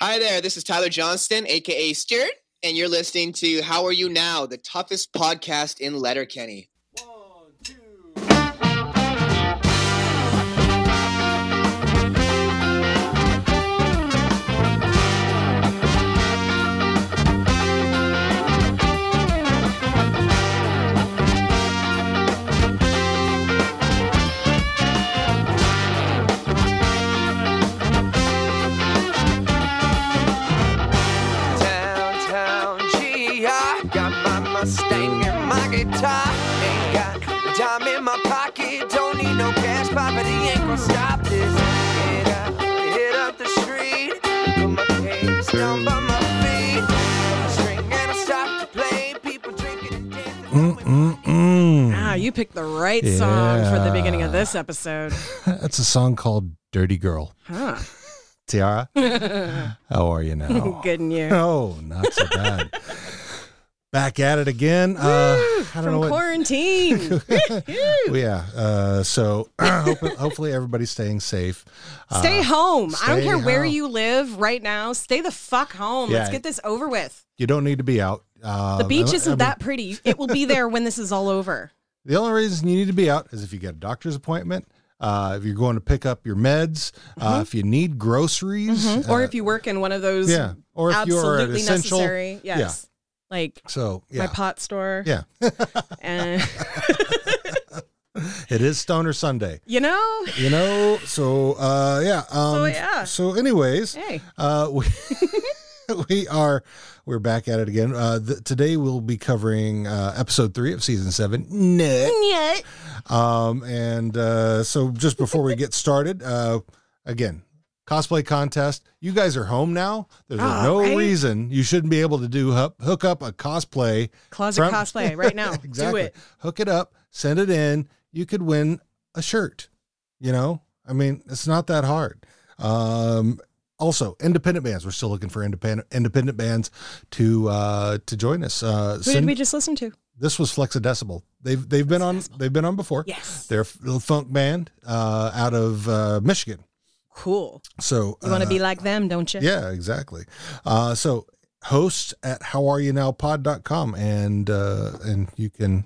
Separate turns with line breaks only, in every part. Hi there, this is Tyler Johnston, aka Stewart, and you're listening to How Are You Now, the toughest podcast in Letterkenny.
One, two.
downtown GI. Got my Mustang and my guitar. Ain't got a dime in my pocket. Don't need no cash, Papa. They ain't gonna stop this. Get up, hit up the street. Put my case down by my feet. String and I stop to play. People drinking and dancing.
Mm-mm-mm.
Ah, you picked the right song for the beginning of
Yeah.
this episode.
That's a song called Dirty Girl.
Huh.
Tiara, how are you now?
Good in you.
Oh, not so bad. Back at it again. Uh, I don't know
From
what.
quarantine.
Well, yeah. Uh, so hope- hopefully everybody's staying safe.
stay
Uh,
home. I don't
stay
care where
home.
you live right now. Stay the fuck home.
Yeah.
Let's get this over with.
You don't need to be out. Uh,
The beach
I- I
isn't
mean,
that pretty. It will be there when this is all over.
The only reason you need to be out is if you get a doctor's appointment, uh, if you're going to pick up your meds, uh, if you need groceries,
Mm-hmm. or
uh,
if you work in one of those
yeah, or if you're an
absolutely
essential.
necessary.
yeah.
Yes. Like
So yeah,
my pot store.
yeah,
And
it is Stoner Sunday.
you know,
You know, so uh, yeah. Um,
yeah.
So, anyways,
hey.
uh, we we are we're back at it again. Uh, th- today we'll be covering uh, episode three of season seven. Nick.
Yeah.
Um, and uh, so just before we get started, uh, again, cosplay contest. You guys are home now. There's
Ah,
no
right?
reason you shouldn't be able to do hook, hook up a cosplay.
Closet
From-
cosplay right now.
Exactly.
Do it.
Hook it up. Send it in. You could win a shirt. You know, I mean, it's not that hard. Um, also, independent bands. We're still looking for independent independent bands to uh, to join us. Uh,
Who
send-
did we just listen to?
this was Flexidecibel. They've they've been on they've been on before.
Yes.
They're a f- funk band uh, out of uh, Michigan.
Cool.
So
You want to
uh,
be like them, don't you?
Yeah, exactly. Uh, so hosts at howareyounowpod.com and uh, and you can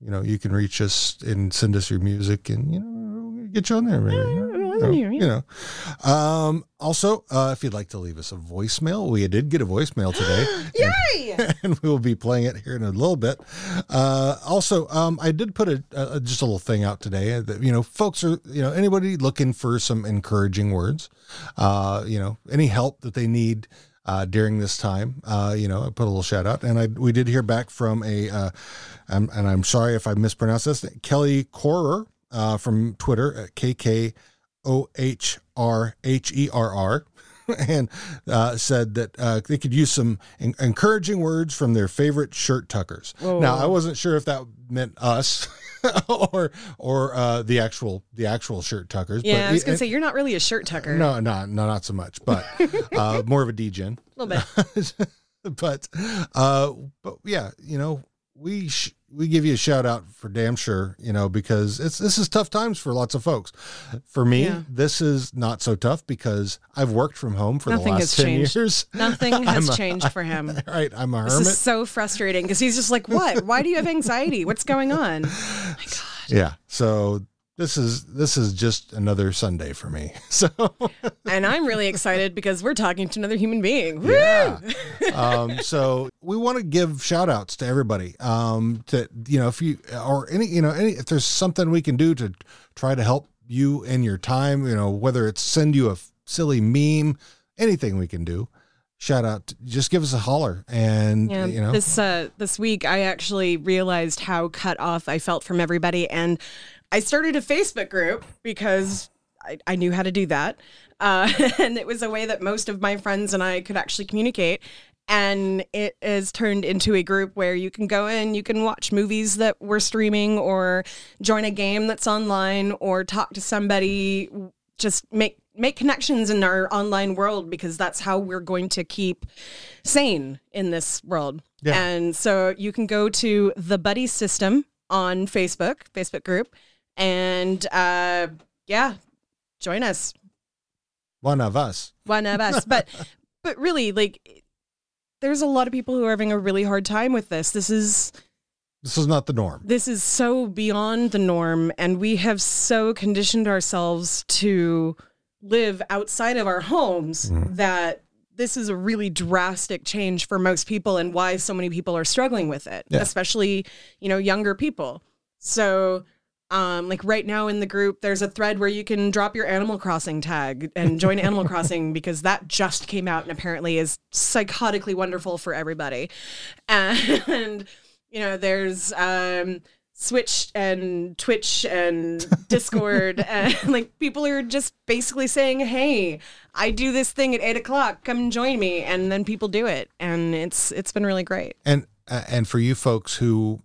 you know you can reach us and send us your music and you know get you on there. Maybe. You know,
yeah, yeah.
you know. Um, also, uh, if you'd like to leave us a voicemail, we did get a voicemail today. and- and we will be playing it here in a little bit. Uh, also, um, I did put a, a just a little thing out today uh, that you know, folks are you know anybody looking for some encouraging words, uh, you know, any help that they need. Uh, during this time, uh, you know, I put a little shout out, and I we did hear back from a, uh, I'm, and I'm sorry if I mispronounced this, Kelly Corer uh, from Twitter at KK O H R H E R R, and uh, said that uh, they could use some en- encouraging words from their favorite shirt tuckers. Now, I wasn't sure if that meant us or or uh, the actual the actual shirt tuckers.
Yeah, I was gonna
and-
say you're not really a shirt tucker.
no, no, no, not so much, but uh, more of a degen.
A little bit.
but uh but yeah you know we sh- we give you a shout out for damn sure you know because it's this is tough times for lots of folks for me
Yeah.
this is not so tough because i've worked from home for the
Nothing
last
has
10
changed.
years
Nothing has
I'm a-
changed for him.
all right i'm a
This
hermit
is so frustrating because he's just like, "What? Why do you have anxiety? What's going on?"
yeah so this is this is just another sunday for me so
And I'm really excited because we're talking to another human being. Woo!
Yeah. um, so we want to give shout outs to everybody. Um, to you know, if you or any you know any if there's something we can do to try to help you in your time, you know, whether it's send you a f- silly meme, anything we can do. Shout out, to, just give us a holler, and
Yeah,
you know,
this uh, this week I actually realized how cut off I felt from everybody, and I started a Facebook group because I, I knew how to do that, uh, and it was a way that most of my friends and I could actually communicate. And it is turned into a group where you can go in, you can watch movies that we're streaming, or join a game that's online, or talk to somebody. Just make make connections in our online world because that's how we're going to keep sane in this world.
Yeah.
And so you can go to the Buddy System on Facebook, Facebook group, and uh, yeah, join us.
One of us.
one of us. But but really, like there's a lot of people who are having a really hard time with this. This is
This is not the norm.
this is so beyond the norm and we have so conditioned ourselves to live outside of our homes that this is a really drastic change for most people and why so many people are struggling with it
Yeah.
especially you know younger people so um, like right now in the group there's a thread where you can drop your animal crossing tag and join animal crossing because that just came out and apparently is psychotically wonderful for everybody and you know there's um switch and twitch and discord and like people are just basically saying hey i do this thing at eight o'clock come join me and then people do it and it's it's been really great
And uh, and for you folks who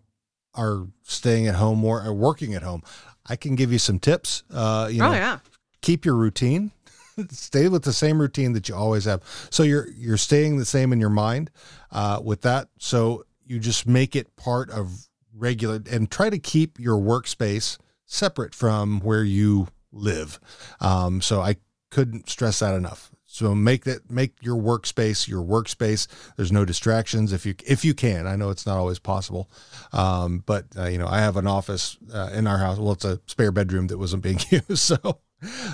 are staying at home or are working at home, I can give you some tips. Uh, you know,
oh yeah
keep your routine. Stay with the same routine that you always have. So you're you're staying the same in your mind uh, with that. So you just make it part of regular and try to keep your workspace separate from where you live. Um, so I couldn't stress that enough. So make that make your workspace your workspace. There's no distractions if you if you can. I know it's not always possible, um, but uh, you know I have an office uh, in our house. Well, it's a spare bedroom that wasn't being used. So,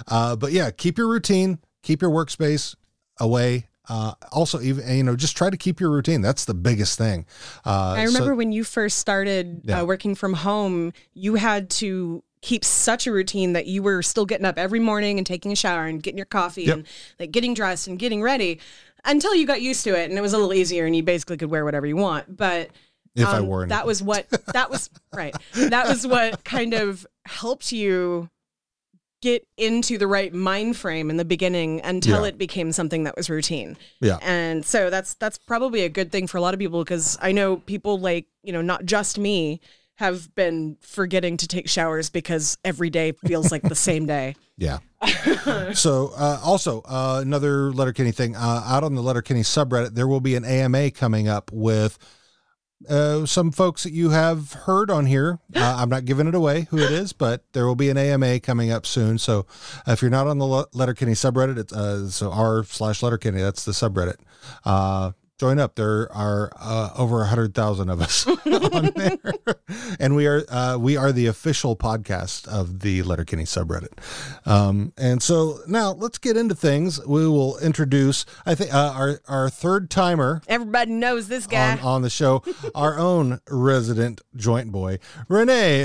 uh, but yeah, keep your routine, keep your workspace away. Uh, also, even and, you know, just try to keep your routine. That's the biggest thing. Uh,
I
so-
remember when you first started
Yeah.
uh, working from home, you had to keep such a routine that you were still getting up every morning and taking a shower and getting your coffee
Yep.
and like getting dressed and getting ready until you got used to it and it was a little easier and you basically could wear whatever you want. But
If I
um,
were an-
that was what that was right. That was what kind of helped you get into the right mind frame in the beginning until
Yeah.
it became something that was routine.
Yeah.
And so that's that's probably a good thing for a lot of people because I know people like, you know, not just me have been forgetting to take showers because every day feels like the same day.
Yeah. so uh, also uh, another Letterkenny thing uh, out on the Letterkenny subreddit, there will be an AMA coming up with uh, some folks that you have heard on here. Uh, I'm not giving it away who it is, but there will be an AMA coming up soon. So if you're not on the Le- Letterkenny subreddit, it's uh, so r slash Letterkenny. That's the subreddit. Uh, join up. There are uh, over a hundred thousand of us on there, and we are uh, we are the official podcast of the Letterkenny subreddit. Um, and so now let's get into things. We will introduce. I think uh, our our third timer
Everybody knows this guy.
on, on the show, our own resident joint boy, Renee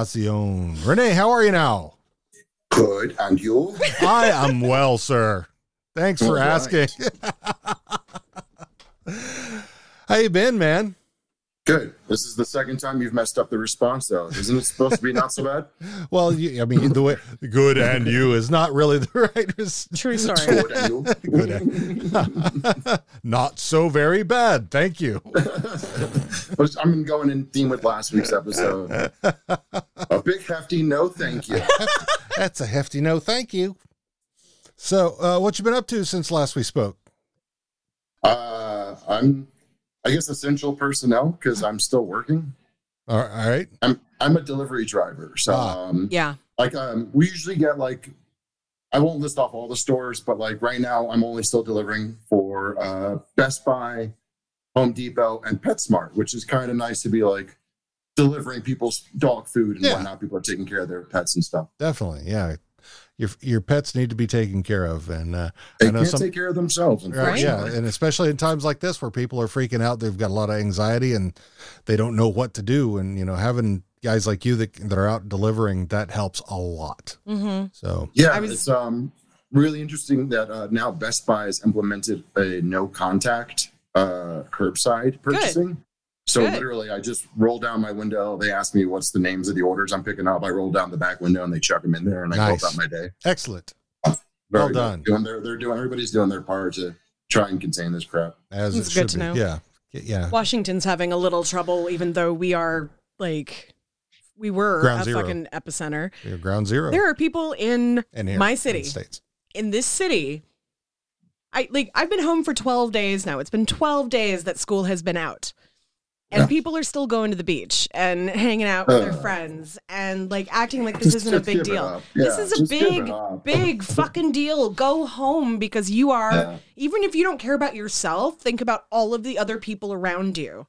Encarnacion. Renee, how are you now?
Good, and you?
I am well, sir. Thanks for
All right.
asking. how you been, man?
Good. This is the second time you've messed up the response, though. Isn't it supposed to be not so bad?
Well, you, I mean, the way good and you is not really the right. res-
True story.
Good, and you?
Good and- not so very bad. Thank you.
But I'm going in theme with last week's episode. A big hefty no, thank you.
That's a hefty no. Thank you. So, uh, what you been up to since last we spoke?
Uh, I'm, I guess, essential personnel because I'm still working.
All all right.
I'm I'm a delivery driver, so
Ah.
um,
Yeah.
like um, we usually get like, I won't list off all the stores, but like right now, I'm only still delivering for uh, Best Buy, Home Depot, and PetSmart, which is kind of nice to be like delivering people's dog food and
Yeah.
whatnot. People are taking care of their pets and stuff.
definitely yeah your your pets need to be taken care of and uh
They
i know
can't
some
take care of themselves,
Right, yeah
unfortunately.
and especially in times like this where people are freaking out they've got a lot of anxiety and they don't know what to do and you know having guys like you that, that are out delivering that helps a lot
Mm-hmm.
so
Yeah,
I was-
it's um really interesting that uh, now Best Buy has implemented a no contact uh, curbside purchasing. So
Good.
literally, I just roll down my window. They ask me what's the names of the orders I'm picking up. I roll down the back window and they chuck them in there, and I
Nice.
go about my day.
excellent Well
good.
done.
Doing their, they're doing everybody's doing their part to try and contain this crap.
as
That's
it should
good to
be.
know.
yeah yeah
Washington's having a little trouble, even though we are like we were
Ground
a
zero.
fucking epicenter.
you're ground zero
There are people in
and here
my
in the
city.
states
in this city. I like I've been home for 12 days now. It's been 12 days that school has been out. and
Yeah.
people are still going to the beach and hanging out with their friends and like acting like this
Uh. Just-
isn't a
just
big
give it
deal.
up.
this
Yeah,
is a
just give it
big,
up.
big fucking deal. Go home because you are,
Yeah.
even if you don't care about yourself, think about all of the other people around you.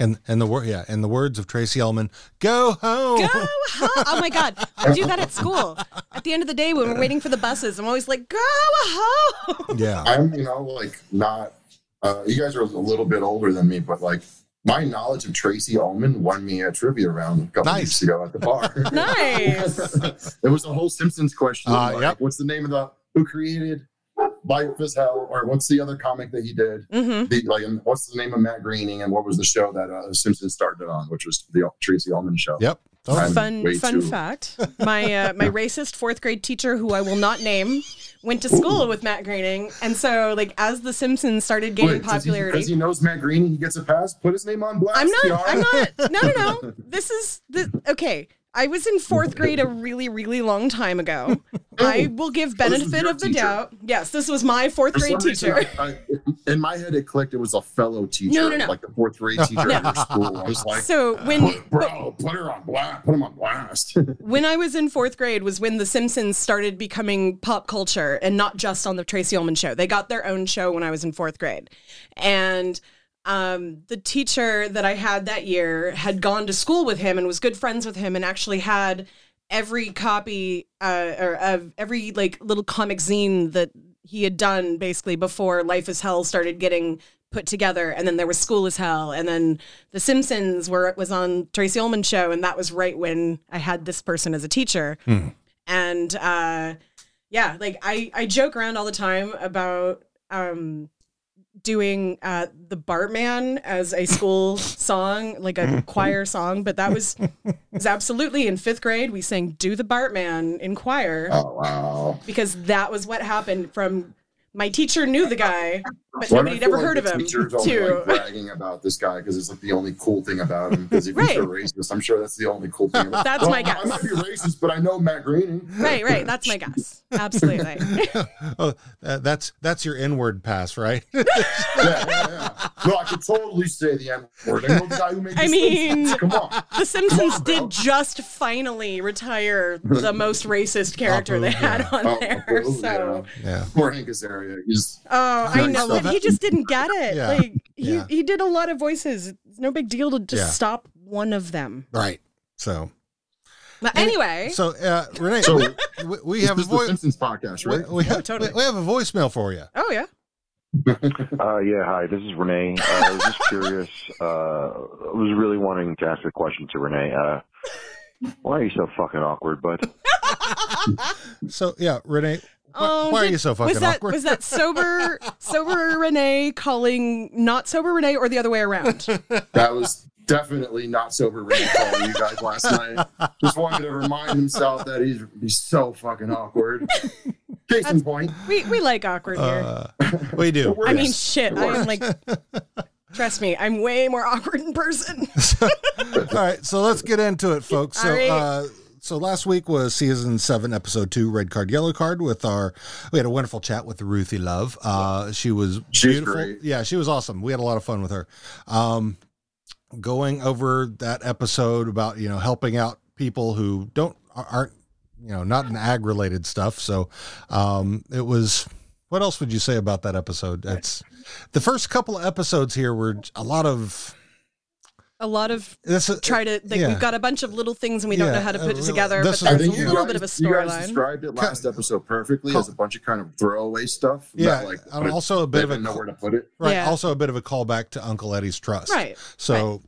And and the word yeah, and the words of Tracy Ullman, go home.
Go home. Oh my God. I do that at school. At the end of the day, when we're waiting for the buses, I'm always like, go home.
Yeah.
I'm, you know, like not. Uh, you guys are a little bit older than me, but like my knowledge of Tracy Ullman won me a trivia round a couple
Nice.
weeks ago at the bar.
Nice.
there was a whole Simpsons question.
Uh,
like,
yep.
What's the name of the who created Life is Hell, or what's the other comic that he did?
hmm
The, like, and what's the name of Matt Greening, and what was the show that uh, Simpsons started on, which was the Tracy Ullman show?
Yep. Oh,
I'm
fun
way
fun
too-
fact my uh, my racist fourth grade teacher who i will not name went to school with matt greening and so like as the simpsons started gaining popularity
because he, knows Matt Greening, he gets a pass. Put his name on blast.
i'm not
Kiara.
i'm not no no no this is the okay i was in fourth grade a really really long time ago i will give
Oh, this was
benefit
your
of the
teacher.
doubt yes this was my fourth
For
grade
some reason,
teacher
I- I- in my head, it clicked. It was a fellow teacher,
No, no, no.
like the fourth grade teacher at your school. I was like,
so when
bro, put her on blast. Put him on blast. Oh,
when I was in fourth grade was when The Simpsons started becoming pop culture and not just on the Tracy Ullman show. They got their own show when I was in fourth grade. And um, the teacher that I had that year had gone to school with him and was good friends with him and actually had every copy uh, or of every like little comic zine that he had done basically before Life is Hell started getting put together and then there was School is Hell and then The Simpsons where it was on Tracy Ullman show and that was right when I had this person as a teacher and uh yeah like I I joke around all the time about um doing uh the Bartman as a school song like a choir song but that was was absolutely in 5th grade we sang do the Bartman in choir
oh wow!
because that was what happened from my teacher knew the guy but
Why do I
nobody
feel
ever
like
heard
the
of him
Teachers only
too
like bragging about this guy because it's like the only cool thing about him. Because if
Right.
he's a racist, I'm sure that's the only cool thing. About
That's
Well,
my
I
guess.
might be racist, but I know Matt Greening.
right right that's my guess absolutely
oh, that- that's that's your inward pass, right?
yeah, yeah, yeah. No, I could totally say the N word. I know the guy who made.
I
this
mean-
come on.
the simpsons did just finally retire the most racist character they had on
Oh,
there
oh,
so
yeah.
yeah.
Poor Hank Azaria. He's
oh i
Nice.
know
Love
but he
it.
just didn't get it
Yeah.
like he,
Yeah.
he did a lot of voices it's no big deal to just
Yeah.
stop one of them
Right. So
but anyway
so uh, Renee,
So-
we, we
this
have a
is the
voice.
Simpsons podcast,
We,
right?
we have,
totally.
we have a voicemail for you.
oh yeah
Uh, yeah, hi. This is Renee. Uh, I was just curious. Uh, I was really wanting to ask a question to Renee. Uh, why are you so fucking awkward, bud?
So yeah, Renee, wh- why are
Oh, Um, did-
you so fucking
was that,
awkward?
Was that sober, sober Renee calling not sober Renee, or the other way around?
That was definitely not sober Randy calling you guys last night. Just wanted to remind himself that he's, he's so fucking awkward. Case in point.
We we like awkward here.
Uh, we do.
It works.
I mean,
yes.
shit. I am like, trust me, I'm way more awkward in person.
All right, so let's get into it, folks. So,
All right.
uh, so last week was season seven, episode two, red card, yellow card. With our, we had a wonderful chat with Ruthie Love. Uh, she was
She's
beautiful.
great.
Yeah, she was awesome. We had a lot of fun with her. Um, going over that episode about you know helping out people who don't aren't you know not in ag related stuff. So, um, it was. What else would you say about that episode? That's the first couple of episodes here were a lot of
A lot of
this. is-
try to like
Uh, Yeah.
we've got a bunch of little things and we don't
Yeah,
know how to
uh,
put it
really-
together.
this
but
is-
there's a
I think
little bit of a
you guys
storyline.
described it last episode perfectly as a bunch of kind of throwaway stuff. that,
Yeah,
like
and also a
they
bit of a
didn't know where to put it.
Right.
Yeah.
Also, a bit of a callback to Uncle Eddie's Trust.
Right.
So,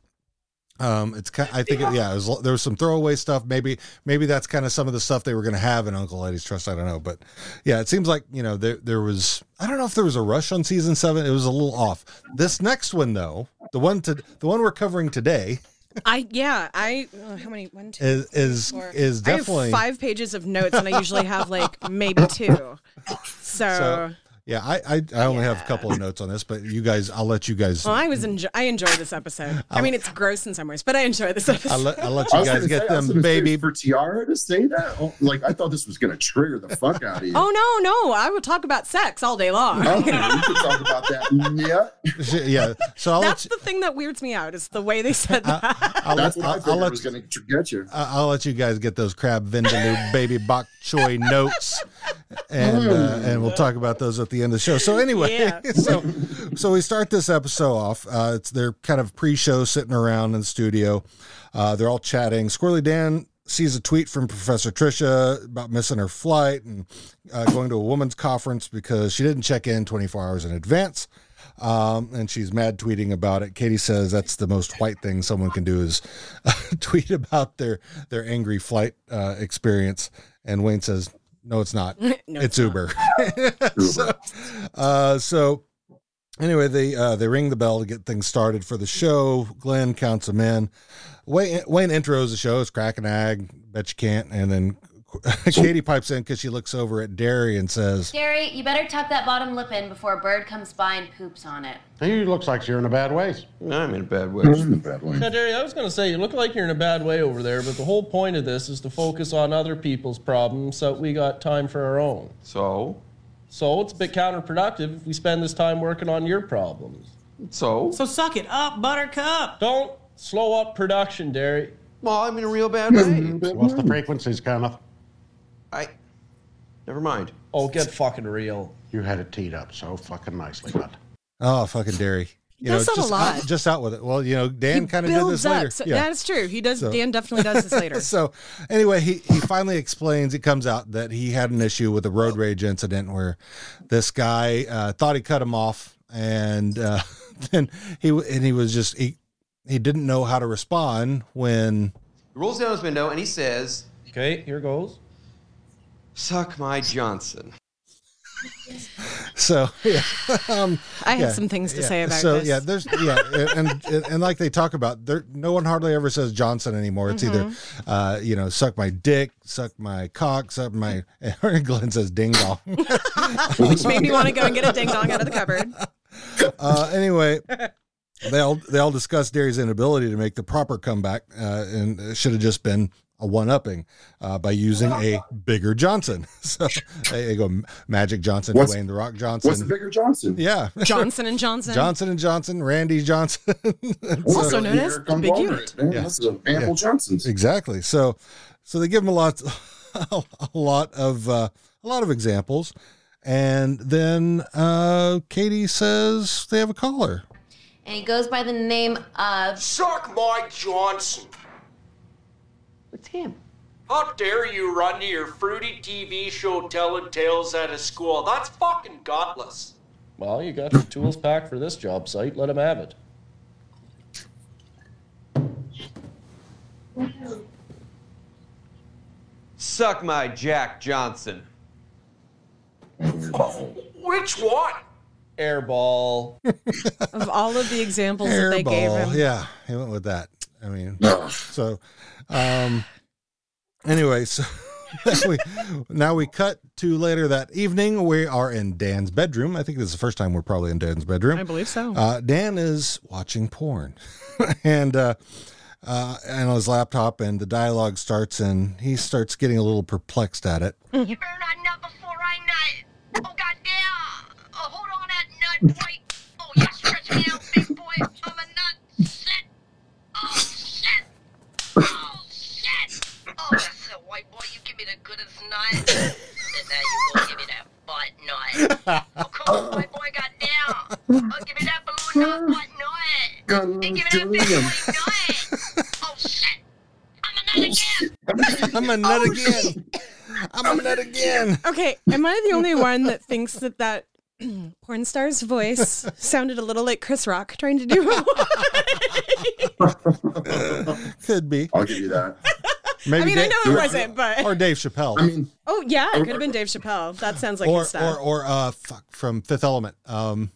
um, it's kind. I think it, yeah, it was, there was some throwaway stuff. Maybe maybe that's kind of some of the stuff they were going to have in Uncle Eddie's Trust. I don't know, but yeah, it seems like you know there there was. I don't know if there was a rush on season seven. It was a little off. This next one though, the one to the one we're covering today
I yeah I oh, how many one two
is is
four.
is
I have
definitely
five pages of notes and I usually have like maybe two. So,
So, Yeah, I I, I only have a
Yeah.
couple of notes on this, but you guys, I'll let you guys.
Well, I was enjoy- I enjoy this episode. I
I'll-
mean, it's gross in some ways, but I enjoy this episode.
I'll let, I'll let
I
you
was
guys
gonna
get
say- I was
them,
gonna say,
baby.
For Tiara to say that, oh, like I thought this was going to trigger the fuck out of you.
oh no, no, I will talk about sex all day long.
Okay, we can talk about that. Yeah,
yeah. So I'll
That's
let,
the thing that weirds me out is the way they said that.
I'll,
that's
let, I'll,
what I
I'll
figured
let
was going to get you.
I- I'll let you guys get those crab vindaloo baby bok choy notes, and uh, and we'll talk about those at the end of the show. So anyway,
Yeah.
so so we start this episode off. Uh, it's they're kind of pre-show sitting around in the studio. Uh, they're all chatting. Squirrely Dan sees a tweet from Professor Trisha about missing her flight and uh, going to a woman's conference because she didn't check in 24 hours in advance. Um, and she's mad tweeting about it. Katie says that's the most white thing someone can do is tweet about their their angry flight uh, experience. And Wayne says, "No, it's not.
No,
it's
not.
Uber." so, uh, so anyway, they uh, they ring the bell to get things started for the show. Glenn counts them in. Wayne, Wayne intros the show. It's crack and ag. Bet you can't. And then Katie pipes in because she looks over at Derry and says,
Gary, you better tuck that bottom lip in before a bird comes by and poops on it.
He looks like you're in a bad way.
I'm in a bad way.
That's the bad one.
Now, Derry, I was going to say, you look like you're in a bad way over there, but the whole point of this is to focus on other people's problems so that we got time for our own.
So,
So it's a bit counterproductive if we spend this time working on your problems.
so,
So Oh, suck it up, Buttercup.
Don't slow up production, Derry.
well, I'm in a real bad way.
What's the frequencies, Kenneth?
I, never mind.
Oh, get fucking real.
You had it teed up so fucking nicely, bud.
"Oh, fucking Derry." You
That's not a
just,
lot.
out- just out with it. Well, you know, Dan kind of did
builds
this
up.
later.
So-
Yeah.
That is true. He does. Dan definitely does this later.
so anyway, he, he finally explains. It comes out that he had an issue with a road rage incident where this guy uh, thought he cut him off, and uh, then he and he was just he he didn't know how to respond when
He rolls down his window and he says,
Okay, here goes.
"Suck my Johnson."
so yeah.
I have
Yeah,
some things to
yeah.
say about
so
this.
yeah there's yeah and, and and like they talk about there no one hardly ever says johnson anymore it's either
Mm-hmm.
uh you know suck my dick suck my cock suck my and glenn says ding dong
Which made me want to go and get a ding dong out of the cupboard.
uh, anyway, they all they all discussed Derry's inability to make the proper comeback, uh, and it should have just been a one upping uh, by using a bigger Johnson. So they, they go Magic Johnson,
What's-
Dwayne the Rock
What's the
Johnson,
bigger Johnson?
yeah,
Johnson and Johnson.
Johnson and Johnson, Randy Johnson.
Also known as
Here come
the big
Walnut, man.
Yeah.
That's an ample Johnson's.
Exactly. So, so they give him a lot, a lot of uh, a lot of examples, and then uh, Katie says they have a caller.
And he goes by the name uh, of.
Suck my Johnson.
It's him.
How dare you run to your fruity TV show telling tales out of school? That's fucking godless.
Well, you got your tools packed for this job site. Let him have it.
Suck my Jack Johnson.
Which one?
Airball.
Of all of the examples that they gave
Hairball.
him.
Yeah, he went with that. I mean,
Ugh.
so um anyway so we, now we cut to later that evening we are in dan's bedroom i think this is the first time we're probably in dan's bedroom
I believe so.
uh, dan is watching porn and uh uh, and on his laptop, and the dialogue starts, and he starts getting a little perplexed at it.
You better not nut before I nut. Oh, goddamn. Oh, hold on that nut. Wait. Oh, yeah, stretch me out, big boy. I'm a nut. Shit. Oh, shit. Oh, shit. Oh, that's it, white boy. You give me the goodest nut. And now you gonna give me that butt nut. Oh, come on, white boy, goddamn. Oh, give me that balloon nut, butt nut.
God,
And give me that big boy
damn.
nut. Oh, shit. I'm a nut again.
I'm a nut
Oh,
again. I'm a nut again.
Okay, am I the only one that thinks that that porn star's voice sounded a little like Chris Rock trying to do a
Could be.
I'll give you that.
Maybe
I mean, I
Dan-
know it wasn't, but
or Dave Chappelle.
I mean,
oh yeah, it could have been Dave Chappelle. That sounds like
or,
his style.
or or uh, fuck from Fifth Element. Um,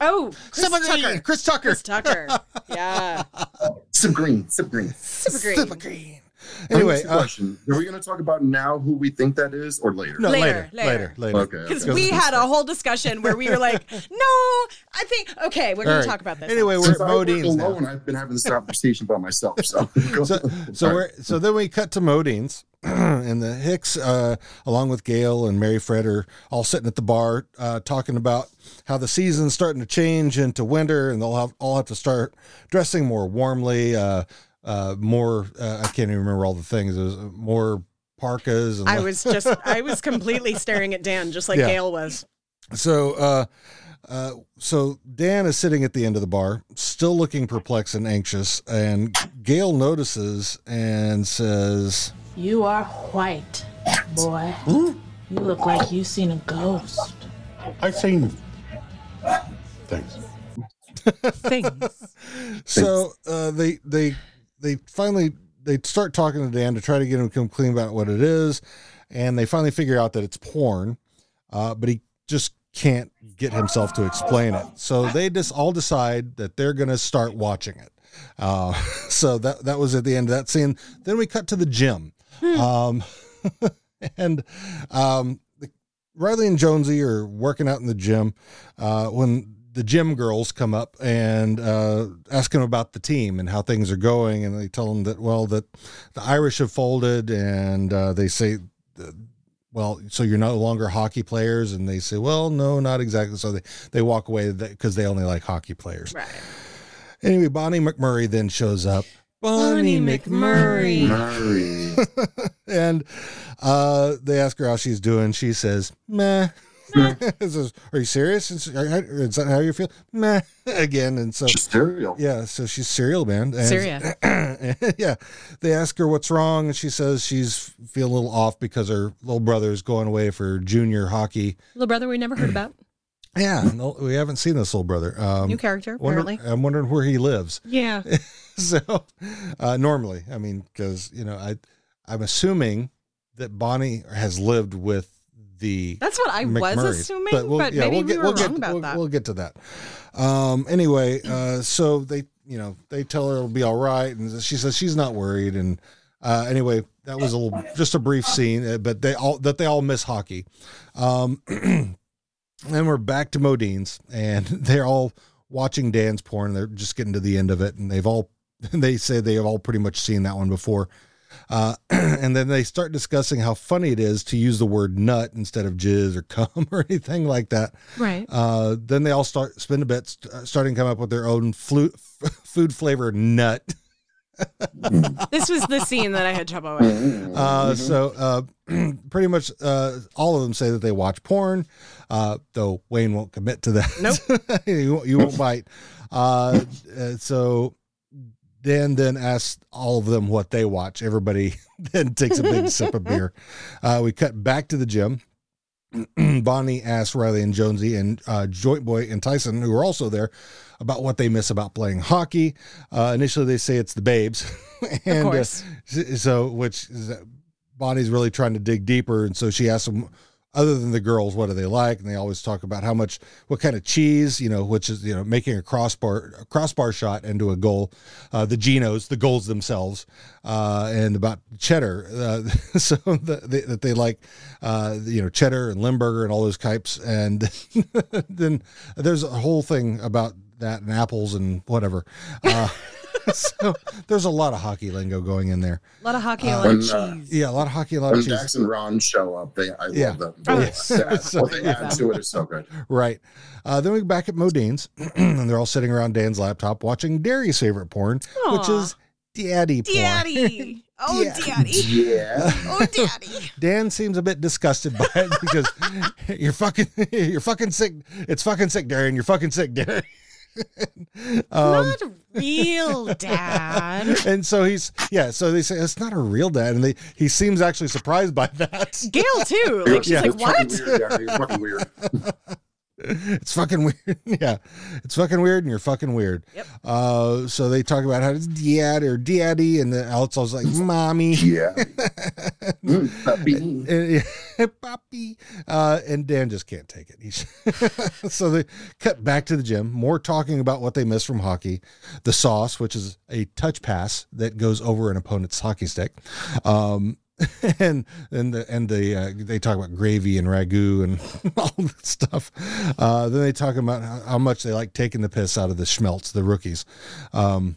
oh, Chris
Sip a green,
Tucker.
Chris Tucker.
Chris Tucker. Yeah,
sip green, sip green.
super
Sip a
green.
green. Anyway,
Here's the
uh,
question: Are we going to talk about now who we think that is, or later?
No,
Later,
later,
later.
later, later.
Okay, okay.
Because we had a whole discussion where we were like, no, I think, okay, we're going
All
to
right.
talk about this.
Anyway, we're at
Since I work
Modine's now.
alone, I've been having this conversation by myself. So,
so so we're so then we cut to Modine's and the Hicks, uh, along with Gail and Mary Fred, are all sitting at the bar uh, talking about how the season's starting to change into winter, and they'll have, all have to start dressing more warmly. Uh, uh, more, uh, I can't even remember all the things. It was more parkas. And
I was just, I was completely staring at Dan, just like
Yeah.
Gail was.
So, uh, uh, so Dan is sitting at the end of the bar, still looking perplexed and anxious. And Gail notices and says,
You are white, boy. You look like you seen a ghost.
I seen things.
Things.
So uh, they they they finally they start talking to Dan to try to get him to come clean about what it is, and they finally figure out that it's porn, uh, but he just can't get himself to explain it. So they just all decide that they're going to start watching it. Uh, so that that was at the end of that scene. Then we cut to the gym, um, and um, the, Riley and Jonesy are working out in the gym uh, when the gym girls come up and uh, ask him about the team and how things are going, and they tell him that well that the Irish have folded, and uh, they say. uh, Well, so you're no longer hockey players, and they say, "Well, no, not exactly." So they, they walk away because they only like hockey players.
Right.
Anyway, Bonnie McMurray then shows up,
Bonnie McMurray.
Murray.
and uh, they ask her how she's doing. She says, "Meh." This is, Are you serious? Is, are- is that how you feel? Meh. Again, and so
She's cereal.
yeah, so she's serial man. And-
Syria.
yeah, they ask her what's wrong, and she says she's feeling a little off because her little brother is going away for junior hockey.
Little brother we never heard about.
Yeah, no, we haven't seen this little brother. Um,
New character,
wonder-
apparently.
I'm wondering where he lives.
Yeah.
so uh, normally i mean because you know i i'm assuming that bonnie has lived with the
That's what I was
McMurrays,
assuming, but,
we'll- yeah,
maybe
we'll
we
get-
were
we'll
wrong
get-
about
we'll-
that.
we'll get to that um anyway uh so they you know they tell her it'll be all right and she says she's not worried and uh anyway that was a little just a brief scene uh, but they all that they all miss hockey um and we're back to modine's and they're all watching dan's porn they're just getting to the end of it and they've all they say they have all pretty much seen that one before uh, and then they start discussing how funny it is to use the word nut instead of jizz or cum or anything like that.
right.
Uh, then they all start spend a bit, st- uh, starting to come up with their own flu- f- food flavor nut.
This was the scene that I had trouble with.
Mm-hmm.
Uh, So uh, pretty much uh, all of them say that they watch porn, uh, though Wayne won't commit to that. Nope, you, won't- you won't bite. Uh, uh, so Dan then asks all of them what they watch. Everybody then takes a big sip of beer. Uh, we cut back to the gym. Bonnie asks Riley and Jonesy and uh, Joint Boy and Tyson, who are also there, about what they miss about playing hockey. Uh, initially, they say it's the babes, and uh,
course.
s- so which is, uh, Bonnie's really trying to dig deeper, and so she asks them, other than the girls, what do they like? And they always talk about how much, what kind of cheese, you know, which is you know making a crossbar a crossbar shot into a goal, uh, the Genos, the goals themselves, uh, and about cheddar. Uh, so the, the, that they like, uh, you know, cheddar and Limburger and all those types. And then there's a whole thing about that and apples and whatever. Uh, so there's a lot of hockey lingo going in there.
A lot of hockey, a lot
when,
of
uh,
cheese.
Yeah, a lot of hockey, a lot
When
of cheese.
Dax and Ron show up, they I
Yeah.
love them.
Oh,
They-
yes.
that-
So-
what they add to it is so good.
Right. Uh, then we're back at Modine's, and they're all sitting around Dan's laptop watching Derry's favorite porn, which
Aw.
is daddy porn.
Daddy. Oh,
Yeah.
daddy.
Yeah.
Oh, daddy.
Dan seems a bit disgusted by it because you're fucking, you're fucking sick. It's fucking sick, Derry, and you're fucking sick, Derry. um,
Not real dad.
and so he's yeah. So they say it's not a real dad, and they he seems actually surprised by that.
Gail too. Like she's
Yeah.
like,
It's fucking
what?
Weird, Gary.
it's
It's fucking weird.
fucking weird. yeah, it's fucking weird, and you're fucking weird. Yep. Uh, so they talk about how it's dad or daddy, and then else I was like, mommy.
Yeah. Mm,
And- and- yeah, puppy. Uh, and Dan just can't take it. He's so they cut back to the gym. More talking about what they missed from hockey, the sauce, which is a touch pass that goes over an opponent's hockey stick. Um, and and the and the uh, they talk about gravy and ragu and all that stuff. Uh, then they talk about how, how much they like taking the piss out of the schmelts, the rookies. Um,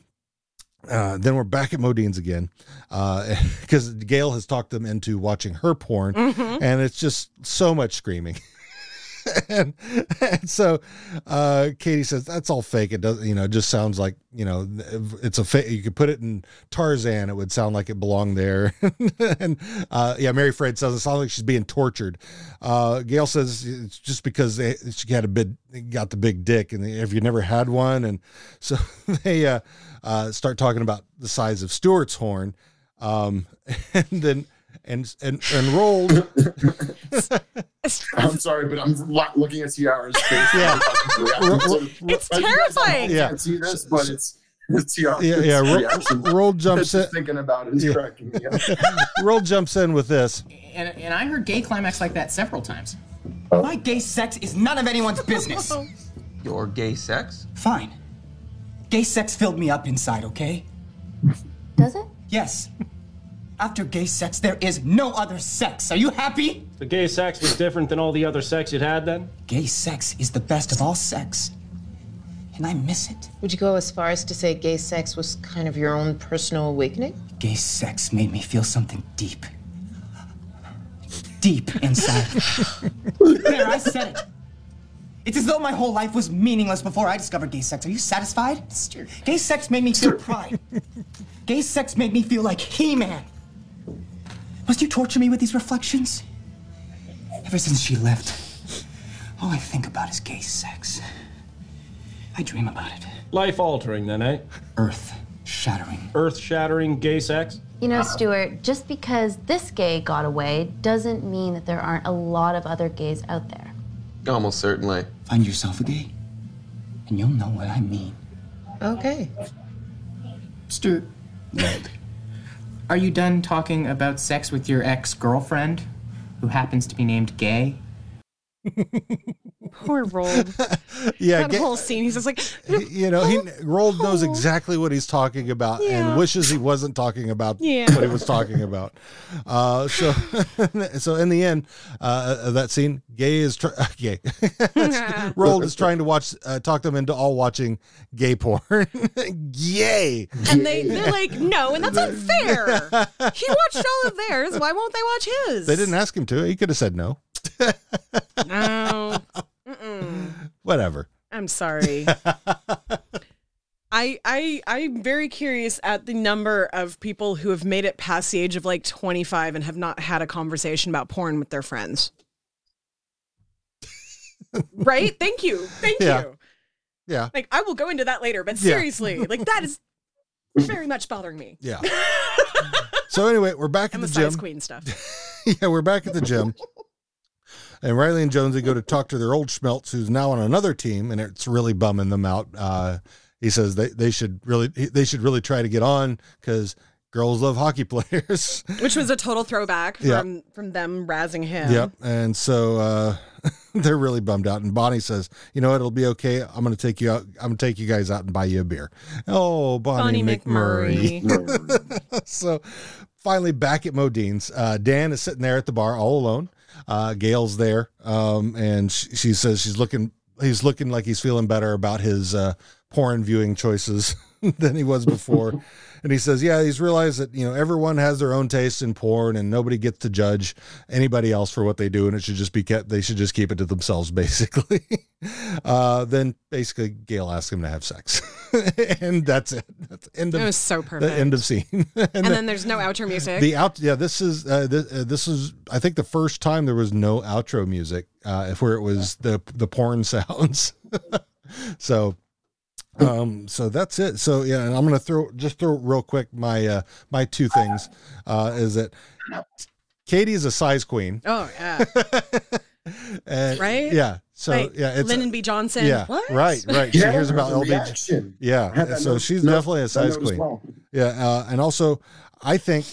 uh, then we're back at Modine's again because Gail has talked them into watching her porn,
mm-hmm.
Mhm.
and it's just so much screaming. and, and so uh, Katie says that's all fake. It doesn't, you know, it just sounds like you know, it's a fake. You could put it in Tarzan; it would sound like it belonged there. and uh, yeah, Mary Fred says it sounds like she's being tortured. Uh, Gail says it's just because they, she had a big, got the big dick, and if you never had one, and so they uh, uh, start talking about the size of Stewart's horn, um, and then. And and and rolled.
I'm sorry, but I'm lo- looking at Tiara's face.
Yeah.
it's
terrifying.
Yeah,
Yeah.
can't see this, but it's it's Tiara's
Yeah, yeah. Ro-
reaction.
Roll jumps in.
Just thinking about it is
Yeah.
cracking me up.
Roll jumps in with this.
And, and I heard gay climax like that several times. My gay sex is none of anyone's business.
Your gay sex?
Fine. Gay sex filled me up inside, okay?
Does it?
Yes. After gay sex, there is no other sex. Are you happy?
The gay sex was different than all the other sex you'd had then?
Gay sex is the best of all sex. And I miss it.
Would you go as far as to say gay sex was kind of your own personal awakening?
Gay sex made me feel something deep. Deep inside. there, I said it. It's as though my whole life was meaningless before I discovered gay sex. Are you satisfied? Gay sex made me feel pride. gay sex made me feel like He Man. Must you torture me with these reflections? Ever since she left, all I think about is gay sex. I dream about it.
Life altering, then, eh?
Earth shattering.
Earth shattering gay sex?
You know, Stuart, just because this gay got away doesn't mean that there aren't a lot of other gays out there.
Almost certainly.
Find yourself a gay, and you'll know what I mean.
Okay.
Stuart.
Are you done talking about sex with your ex girlfriend, who happens to be named Gay?
Poor Rold.
Yeah,
that
Ga-
whole scene. He's just like,
you know, he Rold knows exactly what he's talking about
Yeah.
and wishes he wasn't talking about
Yeah.
what he was talking about. Uh, so, so in the end uh, of that scene, Gay is tr- Gay. Rold is trying to watch, uh, talk them into all watching gay porn. Yay!
and they they're like, no, and that's unfair. He watched all of theirs. Why won't they watch his?
They didn't ask him to. He could have said no.
No. Mm-mm.
Whatever.
I'm sorry. I I I'm very curious at the number of people who have made it past the age of like 25 and have not had a conversation about porn with their friends. right? Thank you. Thank
Yeah.
you.
Yeah.
Like I will go into that later, but
Yeah.
seriously, like that is very much bothering me.
Yeah. so anyway, we're back at
I'm
the
a
gym.
size queen stuff.
yeah, we're back at the gym. And Riley and Jonesy go to talk to their old Schmeltz, who's now on another team, and it's really bumming them out. Uh, he says they, they should really they should really try to get on because girls love hockey players.
Which was a total throwback
Yeah.
from from them razzing him.
Yep. And so uh, they're really bummed out. And Bonnie says, "You know what? It'll be okay. I'm going to take you out. I'm going to take you guys out and buy you a beer." Oh, Bonnie,
Bonnie
McMurray. so finally, back at Modine's, uh, Dan is sitting there at the bar all alone. Uh, Gail's there, um, and she, she says she's looking. He's looking like he's feeling better about his uh, porn viewing choices than he was before. and he says, "Yeah, he's realized that you know everyone has their own taste in porn, and nobody gets to judge anybody else for what they do, and it should just be kept. They should just keep it to themselves, basically." uh, then basically, Gail asks him to have sex, and that's it. That's the end of
It was so
The end of scene. and,
And, then there's no outro music.
the out yeah this is uh, this, uh, this is i think the first time there was no outro music uh if where it was the the porn sounds so um so that's it so yeah and i'm gonna throw just throw real quick my uh my two things uh is that katie is a size queen
oh yeah.
and,
Right?
yeah So
Right.
yeah, it's
Lyndon B. Johnson.
Yeah,
What?
right, right.
Yeah,
she hears about
the
LB.
reaction. I had
Yeah,
that
so
note-
she's
note-
definitely a
that
size
note as
queen.
well.
Yeah, uh, and also I think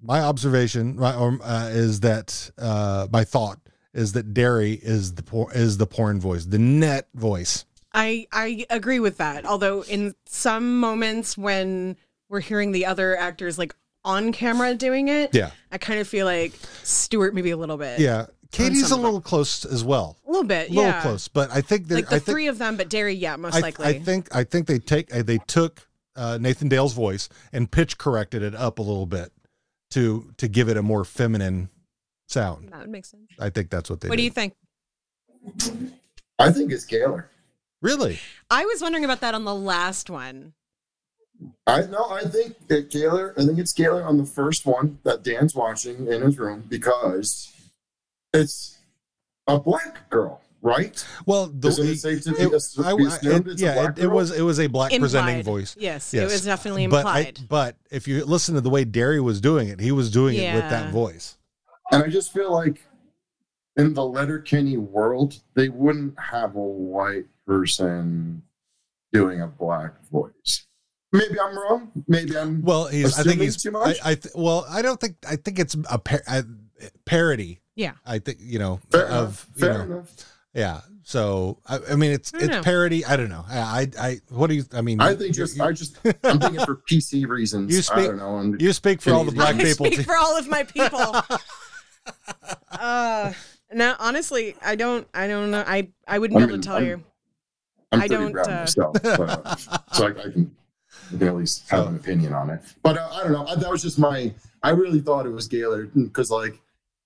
my observation my, or, uh, is that uh, my thought is that Derry is the por- is the porn voice, the net voice.
I I agree with that. Although in some moments when we're hearing the other actors like on camera doing it,
Yeah.
I kind of feel like Stewart maybe a little bit.
Yeah, Katie's a
some of
little close as well.
A little bit,
a little
yeah.
close, but I think that
Like the
I think
three of them, but Derry, yeah, most
I,
likely.
I think I think they take uh, they took uh, Nathan Dale's voice and pitch corrected it up a little bit to to give it a more feminine sound.
that would make sense.
I think that's what they.
What
did.
do you think?
I think it's Gaylor.
Really?
I was wondering about that on the last one.
I no, I think that Gaylor. I think it's Gaylor on the first one that Dan's watching in his room because it's a black girl, right?
Well, the,
Isn't it safe to be
it-
ass-
I- I-
be assumed
it-
it's a
yeah,
black
it, it was
girl?
it was a black presenting
Implied.
voice.
Yes, it was definitely
But I-
implied.
But, if you listen to the way Derry was doing it, he was doing it with
Yeah.
that voice.
And I just feel like in the Letterkenny world, they wouldn't have a white person doing a black voice. Maybe I'm wrong. Maybe I'm
Well, he's. I think
assuming
he's
too much.
I, I th- well, I don't think. I think it's a par- I, parody.
Yeah.
I think you know
Fair
of
enough.
you
Fair
know,
enough.
Yeah. So I, I mean, it's
I
it's
don't know.
parody. I don't know. I, I I what do you? I mean,
I think just I just I'm thinking for PC reasons.
You speak-
I don't know. I'm-
you speak for all the black
I
people.
speak
too.
for all of my people. uh, now, honestly, I don't. I don't know. I I wouldn't be
I
able
mean,
to tell
I'm-
you.
I'm
I
pretty
don't,
proud
uh,
of myself, but, so I, I can I can at least have an opinion on it. But uh, I don't know. I, that was just my. I really thought it was Gaylor because, like,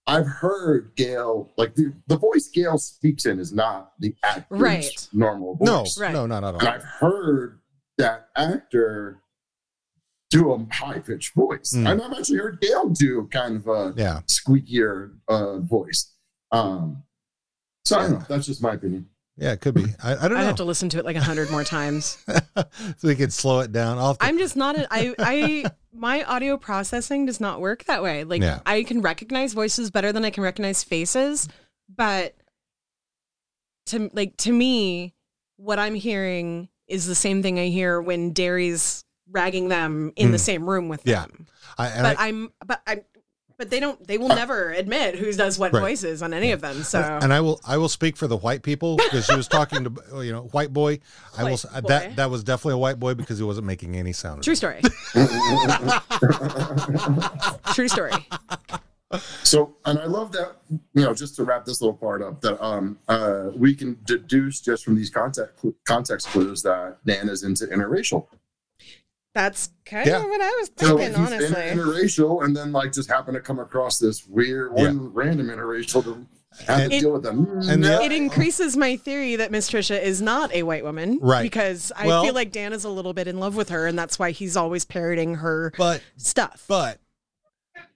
I've heard Gail. Like the, the voice Gail speaks in is not the actor's
Right.
normal
No,
voice.
no, not at all.
And I've heard that actor do a high pitched voice.
Mm.
And I've actually heard Gail do kind of a
Yeah.
squeakier uh, voice. Um, so I don't know. That's just my opinion.
Yeah, it could be. I, I
I'd
don't know.
have to listen to it like a hundred more times.
so we could slow it down. I'll have to-
I'm just not. A, I I my audio processing does not work that way. Like
Yeah.
I can recognize voices better than I can recognize faces, but to like to me, what I'm hearing is the same thing I hear when Derry's ragging them in the
Mm.
same room with
yeah.
them.
I, and
but
I,
I'm but I'm but they don't they will never admit who does what
Right.
voices on any of them. So
and I will I will speak for the white people because she was talking to you know white boy. I will s- uh,
White boy.
that that was definitely a white boy because he wasn't making any sound.
true story. true story.
So, and I love that, you know, just to wrap this little part up, that um, uh, we can deduce just from these context, cl- context clues that Nana's into interracial.
That's kind
Yeah.
of what I was
So
thinking,
he's in
honestly.
interracial and then, like, just happened to come across this weird
Yeah.
one random interracial to have
And-
to deal with them. Mm,
and the-
It increases my theory that Miss Trisha is not a white woman,
Right.
Because I
Well-
feel like Dan is a little bit in love with her, and that's why he's always parroting her
But
stuff.
but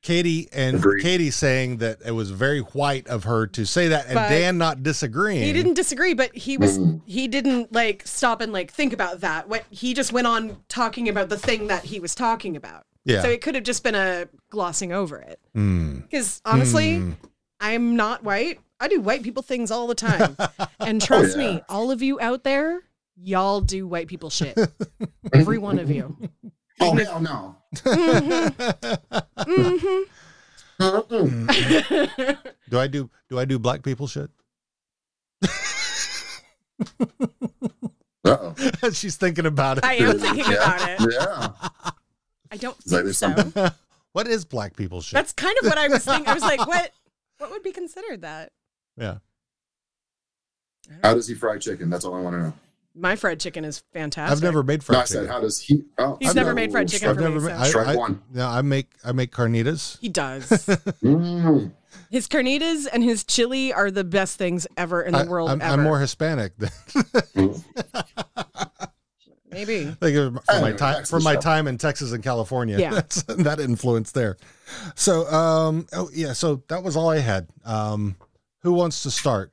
Katie and
Agreed.
Katie saying that it was very white of her to say that, and
But
Dan not disagreeing.
He didn't disagree, but he was
Mm.
he didn't like stop and like think about that. What he just went on talking about the thing that he was talking about.
Yeah.
So it could have just been a glossing over it.
Hmm.
Because honestly,
Mm.
I'm not white. I do white people things all the time. and
Oh,
trust
yeah.
me, all of you out there, y'all do white people shit. Every one of you.
Oh, hell no.
hmm
Mm.
Mm-mm.
Do I do do I do black people shit?
Uh-oh.
She's thinking about it.
I am thinking about it.
Yeah.
I don't
Is that
think
just
so.
something?
what is black people shit?
That's kind of what I was thinking. I was like, what what would be considered that?
yeah.
How does he fry chicken? That's all I want to know.
My fried chicken is fantastic.
I've never made
No, I
fried
said,
chicken.
how does he? Oh,
He's
I've
never made fried chicken
I've
for
never
me,
made.
so-
I,
Strike
I,
one.
No, I make I make carnitas.
He does.
Mm.
his carnitas and his chili are the best things ever in the
I,
world
am
ever.
I'm more Hispanic than
Maybe.
like, from my
Anyway,
time
Texas
from my
stuff.
time in Texas and California.
Yeah.
That's that influence there. So um oh yeah, so that was all I had. Um who wants to start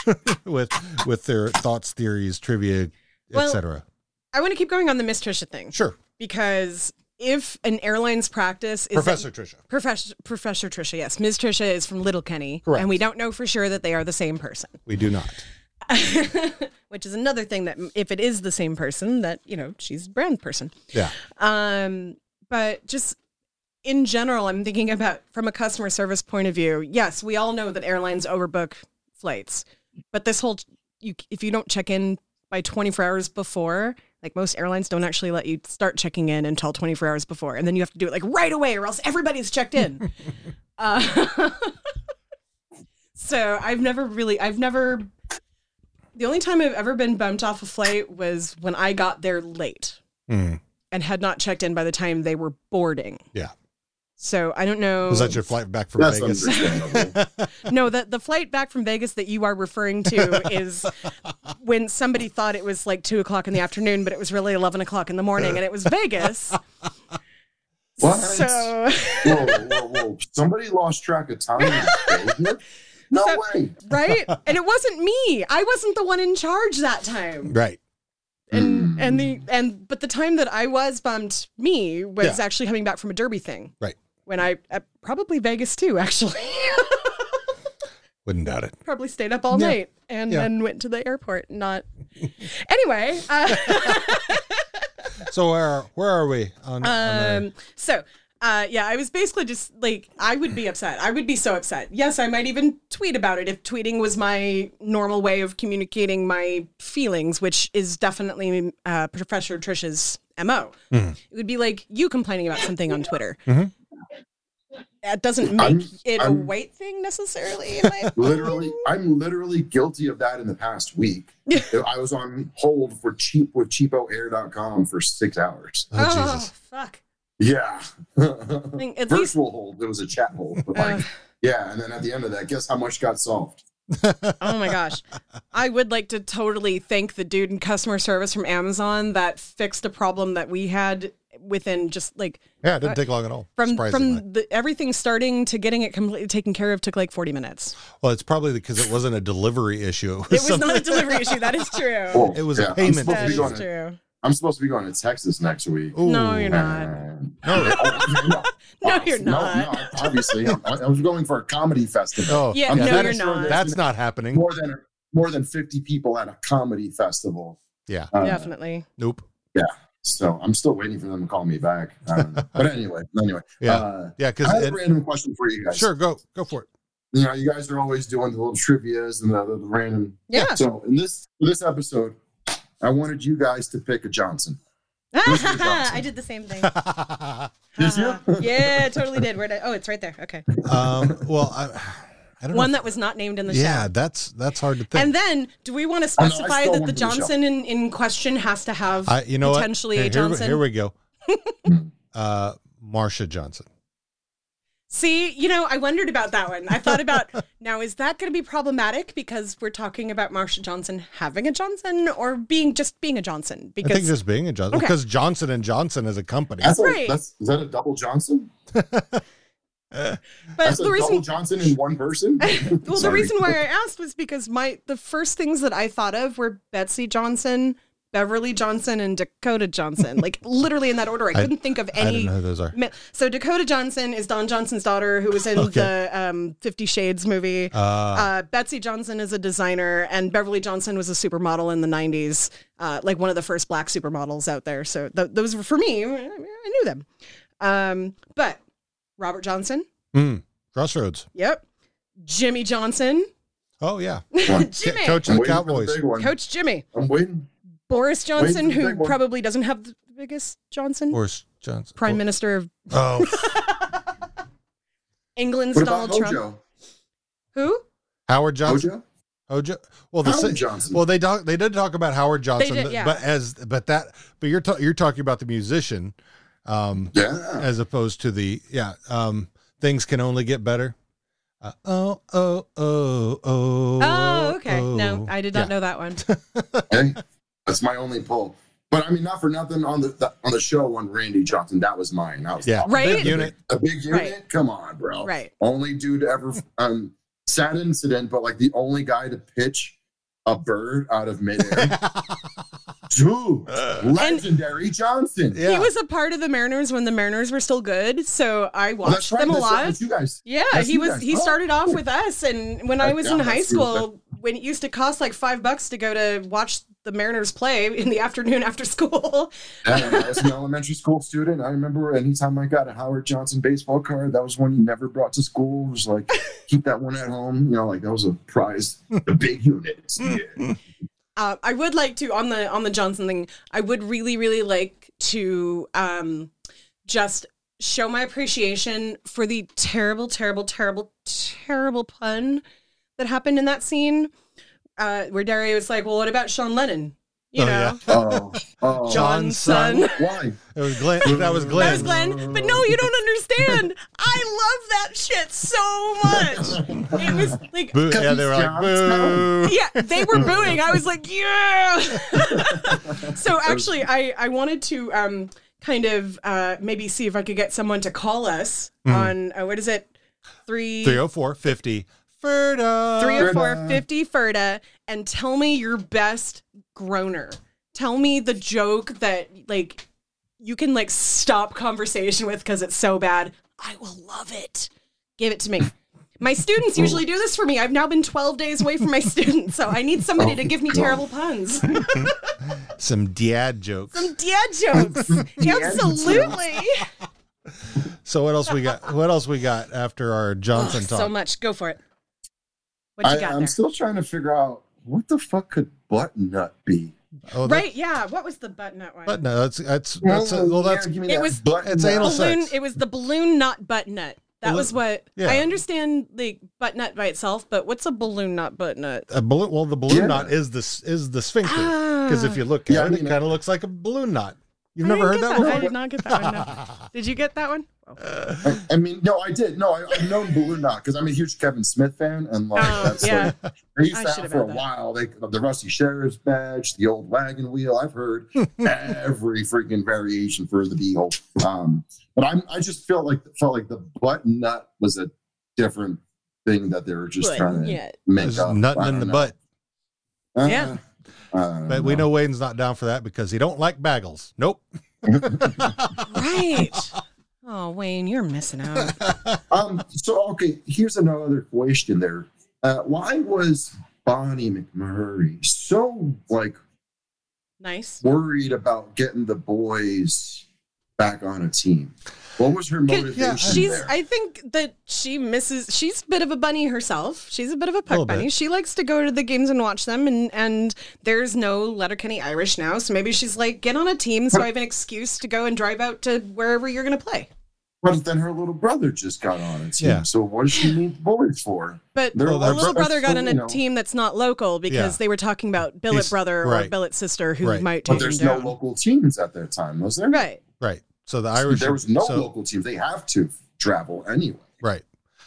with with their thoughts, theories, trivia,
Well-
etc.
I want to keep going on the Miss Trisha thing
Sure.
because if an airline's practice is
Professor
that,
Tricia.
Professor Professor Trisha, yes, Ms. Trisha is from Little Kenny,
Correct.
and we don't know for sure that they are the same person.
We do not.
Which is another thing that if it is the same person, that you know she's a brand person.
Yeah.
Um, but just in general, I'm thinking about from a customer service point of view. Yes, we all know that airlines overbook flights, but this whole you if you don't check in by 24 hours before, like most airlines don't actually let you start checking in until 24 hours before, and then you have to do it like right away, or else everybody's checked in. uh, so I've never really, I've never. The only time I've ever been bumped off a flight was when I got there late
Hmm.
and had not checked in by the time they were boarding.
Yeah.
So I don't know.
Was that your flight back from
That's
Vegas?
no, the, the flight back from Vegas that you are referring to is when somebody thought it was like two o'clock in the afternoon, but it was really 11 o'clock in the morning and it was Vegas.
What?
So,
whoa, whoa, whoa. Somebody lost track of time. No way.
right? And it wasn't me. I wasn't the one in charge that time.
Right.
And, and the, and, but the time that I was bumped me was
Yeah.
actually coming back from a derby thing
Right.
when I, uh, probably Vegas too, actually.
Wouldn't doubt it.
probably stayed up all
Yeah.
night and
Yeah.
then went to the airport. Not anyway. Uh,
So where where are we on, on
um. So. Uh, yeah, I was basically just like I would be upset. I would be so upset. Yes, I might even tweet about it if tweeting was my normal way of communicating my feelings, which is definitely uh, Professor Trisha's mo.
Mhm.
It would be like you complaining about something on Twitter.
Mhm.
That doesn't make
I'm-
it a
I'm-
white thing necessarily. In my
Literally, I'm literally guilty of that in the past week. I was on hold for cheap with cheapoair.com for six hours.
oh, fuck!
Yeah.
think at
Virtual
least-
hold. It was a chat hold. But like,
Ugh.
yeah. And then at the end of that, guess how much got solved?
Oh my gosh. I would like to totally thank the dude in customer service from Amazon that fixed a problem that we had within just like
Yeah, it didn't take long at all,
Uh, From
surprisingly.
from the, everything starting to getting it completely taken care of took like 40 minutes.
a, well, it's probably because it wasn't a delivery issue. It was,
It was
something-
not a delivery issue, that is true.
Oh,
It was
yeah,
a
I'm
payment.
supposed to
That
be
is
going to-
true.
I'm supposed to be going to Texas next week. oh,
No, you're not.
no,
No, you're not.
No, no, obviously, I'm- I was going for a comedy festival.
Oh,
Yeah,
I'm
no,
pretty
you're
sure
not.
there's
That's not happening.
more than more than 50 people at a comedy festival.
Yeah.
Uh,
Definitely.
Nope.
Yeah. So I'm still waiting for them to call me back. I don't know. But anyway, anyway.
Yeah.
Uh,
Yeah, because
I have a random question for you guys.
sure, go go for it.
You know, you guys are always doing the little trivia's and the, the random.
Yeah.
So in this for this episode, I wanted you guys to pick a Johnson.
I did the same thing.
Um,
Uh-huh.
Did you?
yeah, totally did. Where did I, oh, it's right there. Okay.
Um, well, I, I don't know.
One that was not named in the
yeah,
show.
that's that's hard to think.
And then, do we want to
Oh, no, I
specify
stole
that
one
the
from the show.
Johnson in, in question has to have
I, you know
potentially
what?
a
Here- here we-
Johnson?
Here, we go. uh, Marsha Johnson.
See, you know, I wondered about that one. I thought about now, is that going to be problematic because we're talking about Marsha Johnson having a Johnson or being just being a Johnson?
I think
Because
just being a Johnson
Okay.
because Johnson and Johnson is a company.
That's a,
Right.
that's is that a double Johnson?
but
That's a
the
double
reason
Johnson in one person.
well, the reason why I asked was because my the first things that I thought of were Betsy Johnson, Beverly Johnson, and Dakota Johnson. like literally in that order. I
I-
couldn't think of
I don't
any
know who those are.
Ma- So Dakota Johnson is Don Johnson's daughter, who was in
Okay.
the um, Fifty Shades movie. Uh, Betsy Johnson is a designer, and Beverly Johnson was a supermodel in the '90s, uh, like one of the first black supermodels out there. So th- those were for me. I knew them, um, but Robert Johnson,
Mm, Crossroads.
yep, Jimmy Johnson,
Oh yeah,
Jimmy,
Ca- coach of
I'm
the
waiting for the
Cowboys.
big one.
Coach Jimmy,
I'm waiting.
Boris Johnson,
Wait,
who
big one.
probably doesn't have the biggest Johnson,
Boris Johnson.
Prime Minister of
Oh,
England's
What about
Donald Trump.
Hojo?
Who?
Howard Johnson.
Hojo?
Hojo. Well, the
Howard
si-
Johnson.
Well, they talk, They did talk about Howard Johnson,
did,
but,
yeah.
but as but that but you're ta- you're talking about the musician, um,
Yeah.
as opposed to the yeah. Um, things can only get better. Uh, oh oh oh oh.
Oh, okay.
oh.
No, I did not
Yeah.
know that one.
Okay. That's my only pull. But I mean, not for nothing on the, the on the show on Randy Johnson. That was mine. That was
Yeah,
Right?
Big unit.
a big unit.
Right.
Come on, bro.
Right.
Only dude ever. Um, sad incident, but like the only guy to pitch a bird out of midair. Dude, legendary Johnson.
He was a part of the Mariners when the Mariners were still good, so I
Well, that's
watched
right,
them a
that's right,
lot.
that's you guys.
Yeah,
That's
he
you
was.
guys.
He
Oh,
started off
cool.
with us, and when I
I
was
got
in
that
high
real
school, when it used to cost like five bucks to go to watch the Mariners play in the afternoon after school,
And when I was an elementary school student. I remember anytime I got a Howard Johnson baseball card, that was one you never brought to school. It was like, keep that one at home. You know, like that was a prize, a big unit.
Hmm.
Yeah.
Uh, I would like to on the on the Johnson thing. I would really really like to um, just show my appreciation for the terrible, terrible, terrible, terrible pun that happened in that scene, uh, where Dario was like, "Well, what about Sean Lennon?" You know,
Oh, oh.
Johnson.
Why?
It was Glenn. That was Glenn.
that was Glenn. But no, you don't understand. I love that shit so much. It was like,
Boo. Yeah, they were like, boo.
yeah, they were booing. I was like, yeah. so actually, I I wanted to um kind of uh maybe see if I could get someone to call us
Mhm.
on uh, what is it three
304 50. Ferda.
three or four fifty Ferda and tell me your best groaner. Tell me the joke that like you can like stop conversation with because it's so bad. I will love it. Give it to me. My students usually do this for me. I've now been 12 days away from my students, so I need somebody
Oh,
to give me terrible puns.
Some dad jokes.
oh Some dad jokes. Absolutely.
So what else we got? What else we got after our Johnson talk?
Oh, so much. Go for it. What you
I,
got
I'm
there?
still trying to figure out what the fuck could butt nut be?
Oh, that-
right, yeah. What was the butt nut one?
But no, that's that's that's
Oh,
well,
yeah,
that's
give me
it
that
was
butt
it's
nut.
anal
balloon.
sex.
It was the balloon nut butt nut. That
Balloon-
was what
yeah.
I understand. Like butt nut by itself, but what's a balloon nut butt nut?
A balloon. Well, the balloon
Yeah.
knot is this is the sphincter because if you look at
Yeah, I
it,
mean,
it kind of looks like a balloon knot. You've
Ah. I
never heard
didn't
that
get I
before.
did not get that one. no. Did you get that one?
I, I mean, no, I did. No, I, I've known Balloon Knot because I'm a huge Kevin Smith fan, and like
Oh,
that's
yeah.
like they used
I
to
should have
have for a
had that.
while. They the Rusty Sheriff's badge, the old wagon wheel. I've heard every freaking variation for the beagle. Um, but I'm I just felt like felt like the butt nut was a different thing that they were just
Butt
trying to
nut.
make
There's
up.
nothing
I
in
don't
the
know.
butt.
Uh,
Yeah.
uh,
But we know Wayne's not down for that because he don't like bagels. Nope.
Right. Oh, Wayne, you're missing out.
um, so okay, here's another question there. Uh, why was Bonnie McMurray so like
Nice.
worried about getting the boys back on a team? What was her motivation?
she's
there?
i think that she misses she's a bit of a bunny herself she's a bit of a
Little
puck bunny
bit.
she likes to go to the games and watch them and and there's no letterkenny irish now so maybe she's like get on a team so i have an excuse to go and drive out to wherever you're gonna play
but then her little brother just got on a team.
Yeah.
So what does she need the boys for?
but
They're
her
like-
little brother got on a
you know,
team that's not local because
Yeah.
they were talking about billet
He's-
brother or
right.
billet sister who
Right.
might take
But
him
there's no
down.
local teams at that time, was there?
right
Right. So the Irish.
there was no
so-
local teams. They have to travel anyway.
Right.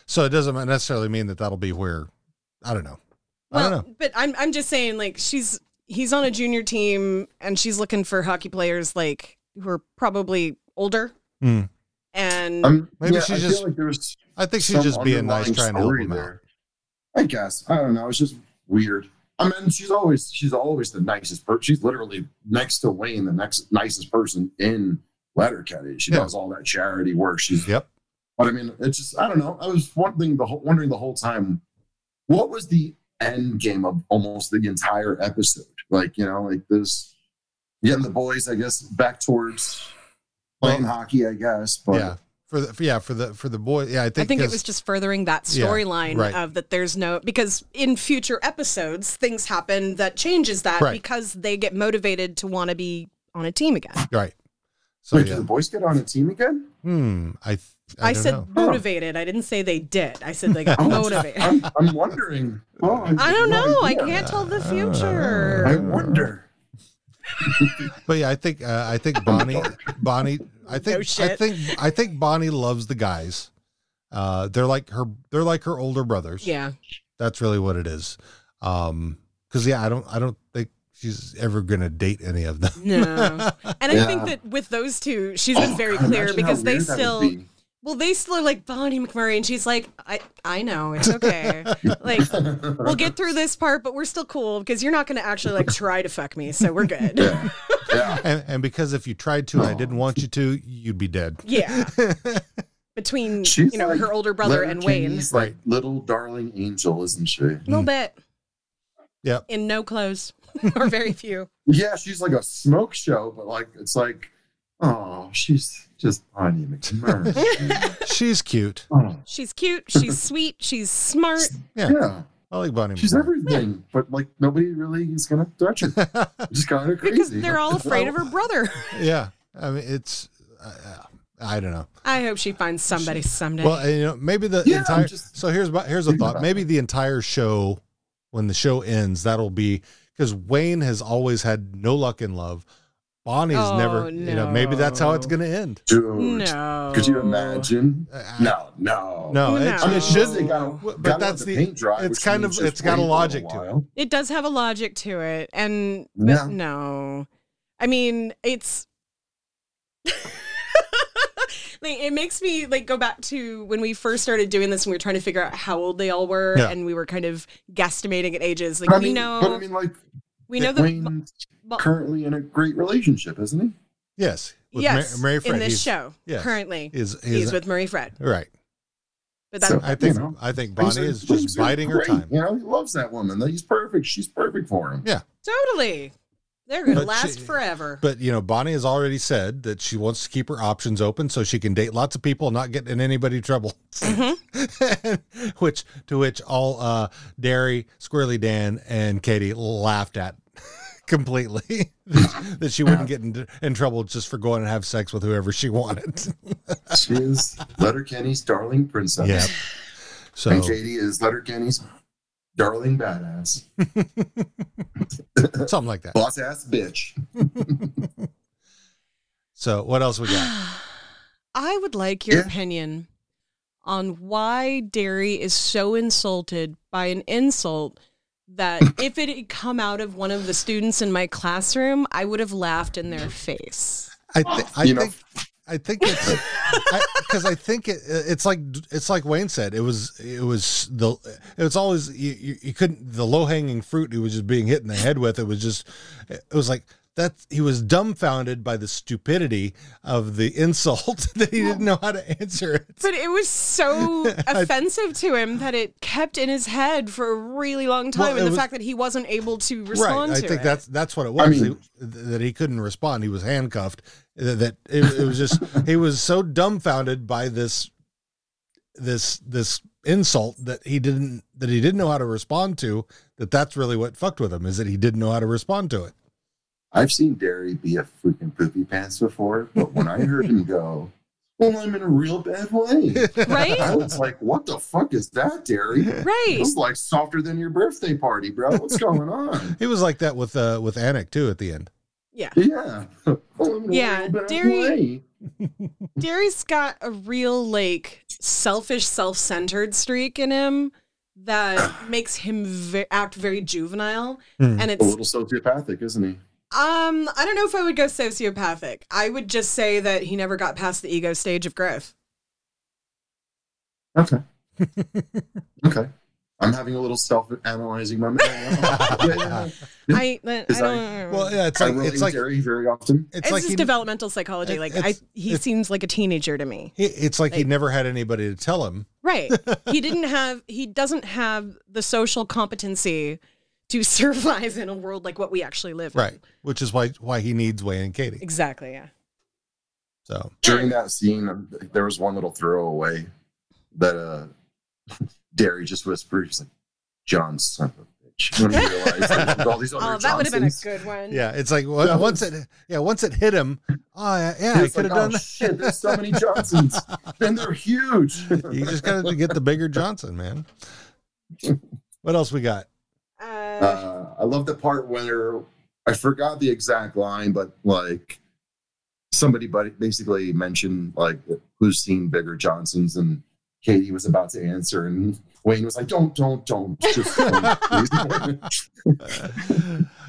So it doesn't necessarily mean that that'll be where. I don't know. I don't know.
But I'm I'm just saying, like she's he's on a junior team and she's looking for hockey players like who are probably older.
Hmm.
And
Um,
Maybe
yeah,
she's
I feel
just-
Like there's
I think she's
some
just being nice,
underlying
trying to help
story
him out.
I guess I don't know. It's just weird. I mean, she's always she's always the nicest person. She's literally next to Wayne, the next nicest person in Letterkenny. She
Yeah.
does all that charity work. She's
Yep.
But I mean, it's just I don't know. I was wondering the whole, wondering the whole time, what was the end game of almost the entire episode? Like you know, like this getting the boys, I guess, back towards playing hockey. I guess, but
yeah. For the for- yeah for the for the boy yeah I
I
think
think it
'cause-
was just furthering that
Yeah,
storyline
right.
of that there's no because in future episodes things happen that changes that
Right.
because they get motivated to want to be on a team again.
right. So
Wait, did
yeah.
the boys get on a team again?
Hmm. I th- I,
I,
don't
said
know.
motivated. I didn't say they did. I said they got
Oh,
motivated.
I'm, I'm wondering. Oh,
I don't
no
know. I
idea.
can't tell the
I
future.
wonder.
But yeah, I think uh, I think Bonnie Bonnie I think I
shit.
think I think Bonnie loves the guys. Uh, they're like her they're like her older brothers.
Yeah.
That's really what it is. Um 'cause cuz yeah, I don't I don't think she's ever going to date any of them.
No. And I
Yeah. Oh,
think that with those two, she's been very
God,
clear
imagine
because
how
they
weird that would
still
be.
Well, they still are like Bonnie McMurray, and she's like, I, I know, it's okay. like, we'll get through this part, but we're still cool because you're not going to actually like try to fuck me, so we're good.
And, and because if you tried to and I didn't want you to, you'd be dead.
Yeah. Between you know
like
her older brother
Letter
and Wayne,
Kenny's, like little darling angel, isn't she?
a little bit
Yeah.
in no clothes or very few.
Yeah, she's like a smoke show, but like it's like, oh, she's just Bonnie McMurray. Oh,
she's cute.
She's cute. She's sweet. She's smart.
Yeah. I like Bonnie
She's
McMurray.
everything, but like nobody really is gonna touch her. Just kind of crazy.
Because they're all afraid of her brother.
Yeah. I mean, it's, uh, I don't know.
I hope she finds somebody someday.
Well, you know, maybe the
Yeah, I'm
entire.
just
so here's my, here's a
thinking
thought.
about
Maybe the entire show, when the show ends, that'll be because Wayne has always had no luck in love. Bonnie's
Oh,
never. You know, maybe that's how it's going to end.
Dude,
No.
could you imagine? no, no,
No, it- No. it shouldn't.
They gotta-
But
gotta let
that's the-
paint dry,
it's
which
kind
means
of-
just
it's got a
wait
logic to it.
while.
It does have a logic to it, and but
Yeah.
no, I mean it's. like, it makes me like go back to when we first started doing this and we were trying to figure out how old they all were
Yeah.
and we were kind of guesstimating at ages like
But I
we
mean-
know
but I mean, like,
we know
Dick
the
Wayne's
Bo-
currently in a great relationship, isn't he?
Yes. with
yes
Ma- Mary Fred,
in this
he's-
show
yes,
currently
is-
he's,
is-
with Marie Fred
Right.
but that's
I think
you know,
I think
things
Bonnie
are-
is
things
just
are
biding her
great,
time.
You know, he loves that woman. He's perfect. She's perfect for him.
Yeah.
totally they're gonna
But
last
she-
forever
But you know, Bonnie has already said that she wants to keep her options open so she can date lots of people and not get in anybody trouble. which to which all uh Derry, Squirrely Dan, and Katie laughed at completely that, that she wouldn't get in, in trouble just for going and have sex with whoever she wanted.
She is Letterkenny's darling princess.
Yeah. So-
and Katie is Letterkenny's darling badass.
Something like that.
Boss ass bitch.
So what else we got?
I would like your opinion on why Derry is so insulted by an insult that if it had come out of one of the students in my classroom, I would have laughed in their face.
I, th- I think I think it's because I, think it, it's like it's like Wayne said. It was it was the it was always you, you, you couldn't the low hanging fruit he was just being hit in the head with. It was just it was like that he was dumbfounded by the stupidity of the insult that he didn't know how to answer it.
But it was so offensive to him that it kept in his head for a really long time,
Well, it
and the
was-
fact that he wasn't able to
Right,
respond
I
to
think
it.
that's that's what it was
I mean-
he- that he couldn't respond. He was handcuffed. That that it, it was just he was so dumbfounded by this this this insult that he didn't that he didn't know how to respond to that that's really what fucked with him is that he didn't know how to respond to it.
I've seen Derry be a freaking poopy pants before, but when I heard him go, well, I'm in a real bad way.
Right?
I was like, what the fuck is that, Derry?
Right.
It's like softer than your birthday party, bro. What's going on?
He was like that with uh with Anik too at the end.
yeah.
Yeah.
yeah, Derry. Derry's got a real like selfish, self-centered streak in him that makes him ve- act very juvenile, and
a
it's
little sociopathic, isn't he?
um I don't know if I would go sociopathic. I would just say that he never got past the ego stage of growth.
Okay. okay. I'm having a little self analyzing moment. right now. Yeah, yeah, yeah.
I, I don't.
Is
Well, yeah, it's
I
like
relate
it's like
Derry very often.
It's, just developmental psychology. like I, he seems like a teenager to me.
he, it's like he never had anybody to tell him.
Right. He didn't have he doesn't have the social competency to survive in a world like what we actually live
Right, which is why why he needs Wayne and
in.
Katie.
Exactly, yeah.
So
during that scene, um, there was one little throwaway that uh, Derry just whispered, "He's like John, son of a bitch." When he realized there was all these other
Oh, that would have been a
Johnsons.
good one.
Yeah, it's like well,
That
once it yeah once it hit him. Oh yeah, yeah I
It's
could have
like,
done
"Oh,
that.
shit, there's so many Johnsons, and they're huge.
you just got to get the bigger Johnson, man. What else we got?
uh, I love the part where I forgot the exact line, but like somebody but basically mentioned like who's seen bigger Johnsons and Katie was about to answer and Wayne was like, Don't, don't, don't. Just don't.
Uh,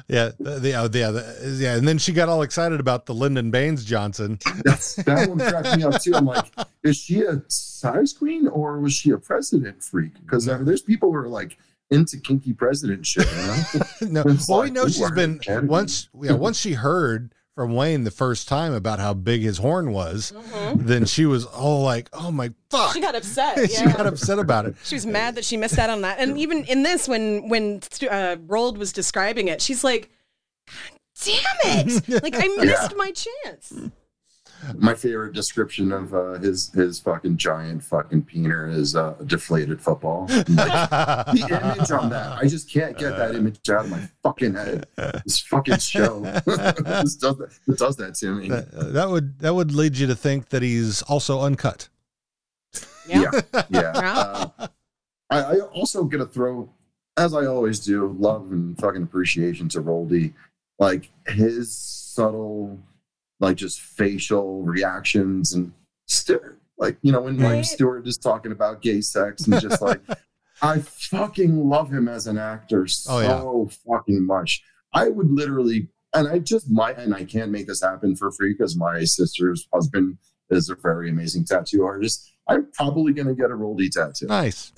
Yeah, the, the, oh, yeah, the, yeah, and then she got all excited about the Lyndon Baines Johnson.
That's that one cracked me up too. I'm like, is she a size queen or was she a president freak? Because there's people who are like into kinky president shit. You
know? no, well, we know she's been once. Yeah, once she heard from Wayne the first time about how big his horn was, then she was all like, "Oh my fuck!"
Mm-hmm. She got upset. Yeah.
she got upset about it.
She was mad that she missed out on that. And even in this, when when uh, Rold was describing it, she's like, "Damn it! Like I missed
Yeah.
my chance."
My favorite description of uh, his his fucking giant fucking peener is uh, deflated football. the image on that, I just can't get that image out of my fucking head. This fucking show this does that, it does that to me.
That, uh, that would that would lead you to think that he's also uncut.
Yeah, yeah. Uh, I, I also get to throw, as I always do, love and fucking appreciation to Roldy. Like his subtle, like just facial reactions and Stuart, like you know when like Stuart is talking about gay sex and just like I fucking love him as an actor so
Oh, yeah.
fucking much. I would literally, and I just might, and I can't make this happen for free because my sister's husband is a very amazing tattoo artist. I'm probably going to get a Roldy tattoo.
Nice.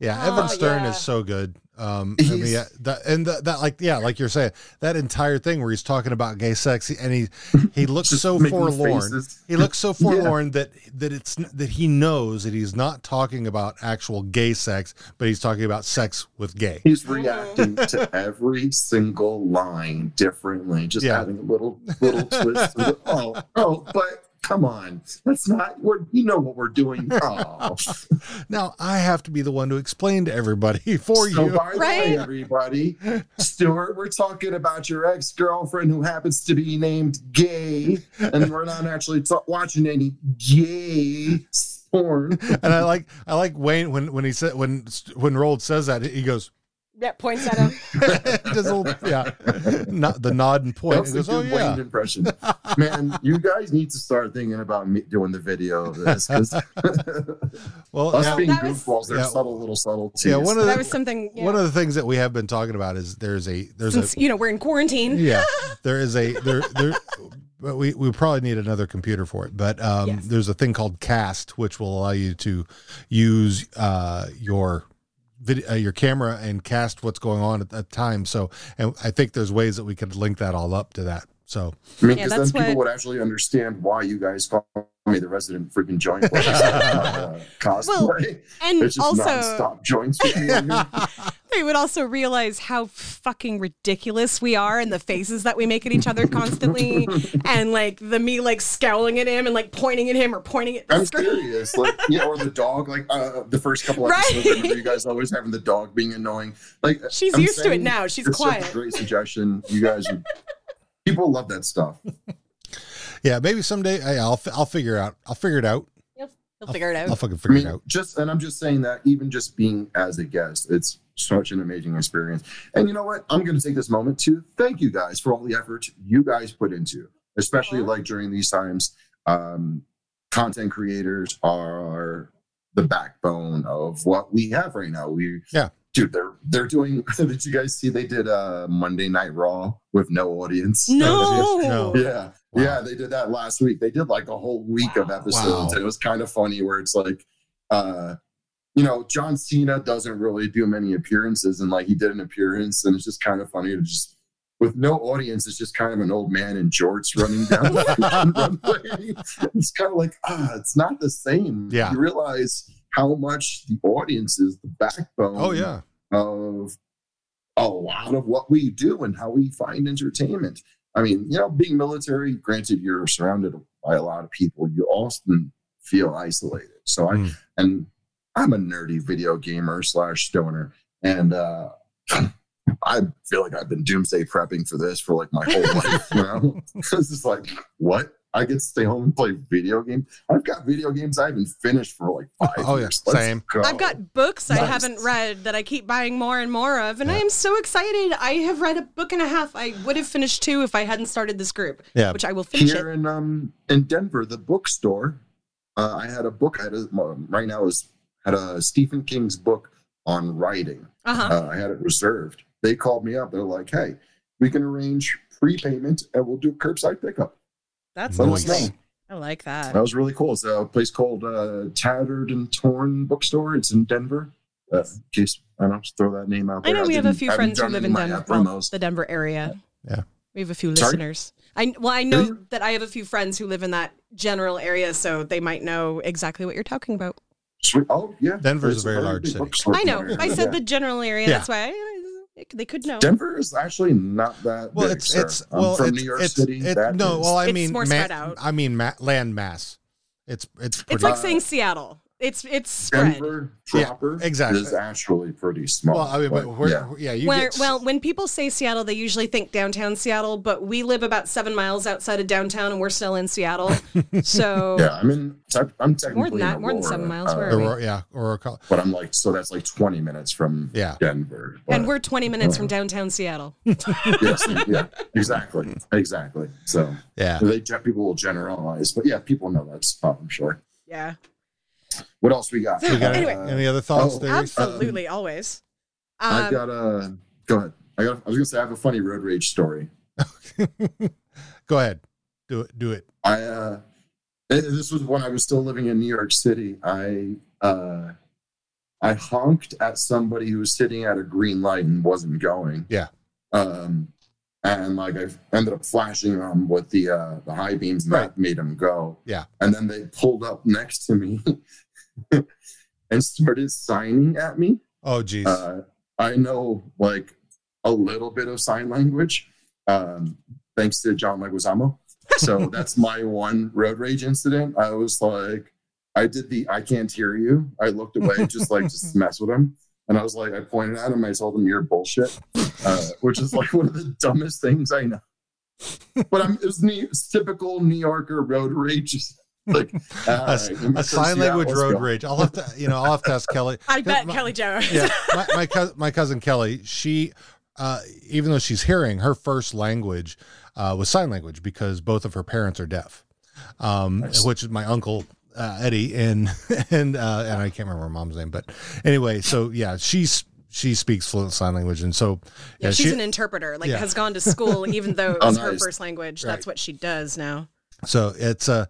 Yeah, Evan Stern is so good. Um, I mean, yeah, that, and that, that, like, yeah, like you're saying, that entire thing where he's talking about gay sex, and he he looks
Just
so
making
forlorn.
faces.
He looks so
Yeah.
forlorn that that it's n- that he knows that he's not talking about actual gay sex, but he's talking about sex with gay.
He's reacting to every single line differently, just
Yeah.
having a little little twist. to it. Oh, oh, but come on, that's not. We're you know what we're doing. Oh,
Now I have to be the one to explain to everybody for
So
you.
by the way, everybody, Stuart, we're talking about your ex girlfriend who happens to be named Gay, and we're not actually ta- watching any gay porn.
and I like I like Wayne when when he said when when Rold says that he goes
Yeah, points at him.
does a little, yeah not the nod and point. He
That's a
goes,
good
oh yeah.
Wayne impression. Man, you guys need to start thinking about me doing the video of this. 'cause
Well,
us
yeah.
being
That was-
goofballs, there's
Yeah.
subtle little subtleties.
Yeah, one of the,
That was something- yeah.
One of the things that we have been talking about is there's a there's
Since
a
you know we're in quarantine.
yeah there is a there there. But we, we probably need another computer for it. But um, there's a thing called Cast, which will allow you to use uh, your video, uh, your camera and cast what's going on at that time. So, and I think there's ways that we could link that all up to that. So,
I mean, because then people would actually understand why you guys call me the resident freaking joint boss, uh, cosplay.
Well, and
There's just
also-
nonstop joints. with me on here.
They would also realize how fucking ridiculous we are and the faces that we make at each other constantly, and like the me like scowling at him and like pointing at him or pointing at the
I'm
screen.
serious, like yeah, or the dog. Like uh, the first couple episodes, I remember you guys always having the dog being annoying. Like
She's used to it
saying
now. She's
it's such a
quiet.
great suggestion. You guys, are- people love that stuff.
yeah, maybe someday I, I'll fi- I'll figure out I'll figure it out.
They'll figure it out.
I'll fucking figure it out.
Just and I'm just saying that even just being as a guest, it's such an amazing experience. And you know what? I'm going to take this moment to thank you guys for all the effort you guys put into, especially like during these times. Um, content creators are the backbone of what we have right now. We
yeah.
Dude, they're they're doing. Did you guys see they did uh Monday Night Raw with no audience?
No. No.
Yeah. Yeah, they did that last week. They did like a whole week of episodes,
Wow.
and it was kind of funny where it's like, uh, you know, John Cena doesn't really do many appearances, and like he did an appearance, and it's just kind of funny to just with no audience, it's just kind of an old man in jorts running down the fucking runway. It's kind of like, ah, it's not the same.
Yeah.
You realize how much the audience is the backbone
Oh, yeah.
of a lot of what we do and how we find entertainment. I mean, you know, being military, granted, you're surrounded by a lot of people, you often feel isolated. So
Hmm.
I, and I'm a nerdy video gamer slash stoner. And, uh, I feel like I've been doomsday prepping for this for like my whole life. You know, it's just like, what? I get to stay home and play video games. I've got video games I haven't finished for like five
Oh, yeah.
years.
Same.
go.
I've got books I
Nice.
haven't read that I keep buying more and more of, and I am so excited. I have read a book and a half. I would have finished two if I hadn't started this group, which I will finish
here
it.
in um in Denver, the bookstore. Uh, I had a book. I had a, well, right now is had a Stephen King's book on writing.
Uh-huh.
Uh, I had it reserved. They called me up. They're like, "Hey, we can arrange prepayment and we'll do curbside pickup.
That's
Let us
nice.
know.
I like that.
That was really cool. It's a place called uh, Tattered and Torn Bookstore. It's in Denver. Uh, in case I don't know, just throw that name out
I
there.
know we have a
didn't-
few
I haven't
friends who
done
live
any
in
of my, uh,
Denver,
promos.
the Denver area.
Yeah.
We have a few
Sorry?
listeners. I well, I know that I have a few friends who live in that general area, so they might know exactly what you're talking about.
Sweet. Oh yeah,
Denver's
It's
a very large
big
city.
bookstore
I know.
area.
I said
Yeah.
the general area.
Yeah.
That's why I, they could know.
Denver is actually not that
Well,
big.
it's
sir.
it's
I'm
well,
from
it's,
New York
it's-
City.
it-
that
no,
is-
well, I
It's
mean,
more
ma-
spread out.
I mean, ma- land mass. It's it's pretty.
It's like saying Seattle. It's it's spread.
Denver
Yeah,
proper
exactly.
is actually pretty small.
Well, I mean, but
Like,
where,
yeah.
yeah. you
Where,
get
well, when people say Seattle, they usually think downtown Seattle, but we live about seven miles outside of downtown, and we're still in Seattle. so
yeah, I'm in. I'm technically
more than that,
in
more than seven
Aurora,
miles.
uh,
Where are we?
yeah, or Col-
but I'm like, so that's like 20 minutes from
yeah.
Denver.
and we're 20 minutes
Uh-huh.
from downtown Seattle.
yes, yeah, exactly, exactly. So
yeah,
they ge- people will generalize, but yeah, people know that stuff. I'm sure.
Yeah.
What else we got?
We got any-
Uh,
any other thoughts,
oh,
theories?
Absolutely, always.
um,
Um,
I've got a. Go ahead. I got. I was gonna say I have a funny road rage story.
Go ahead, do it, do it.
I uh, th- this was when I was still living in New York City. I uh, I honked at somebody who was sitting at a green light and wasn't going.
Yeah.
Um, and like I ended up flashing them with the uh, the high beams, and that made them go.
Yeah.
And then they pulled up next to me and started signing at me.
Oh, geez.
Uh, I know like a little bit of sign language, um, thanks to John Leguizamo. So that's my one road rage incident. I was like, I did the I can't hear you. I looked away just like just to mess with him. And I was like, I pointed at him. I told him you're bullshit, uh, which is like one of the dumbest things I know. But I'm it's New, it's typical New Yorker road rage. Like all
a, s-
right, I'm
a
from
sign
Seattle,
language
let's
road
go.
rage. I'll have to, you know, I'll have to ask Kelly.
I bet
My-
Kelly Jones.
yeah, my my, cou- my cousin Kelly, she, uh, even though she's hearing, her first language uh, was sign language because both of her parents are deaf, um, which is my uncle uh, Eddie and and uh, and I can't remember her mom's name, but anyway, so yeah, she's she speaks fluent sign language, and so
Yeah,
yeah,
she's
she-
an interpreter, like
yeah.
has gone to school, even though it
Oh,
was her
nice.
first language. That's what she does now.
So it's a,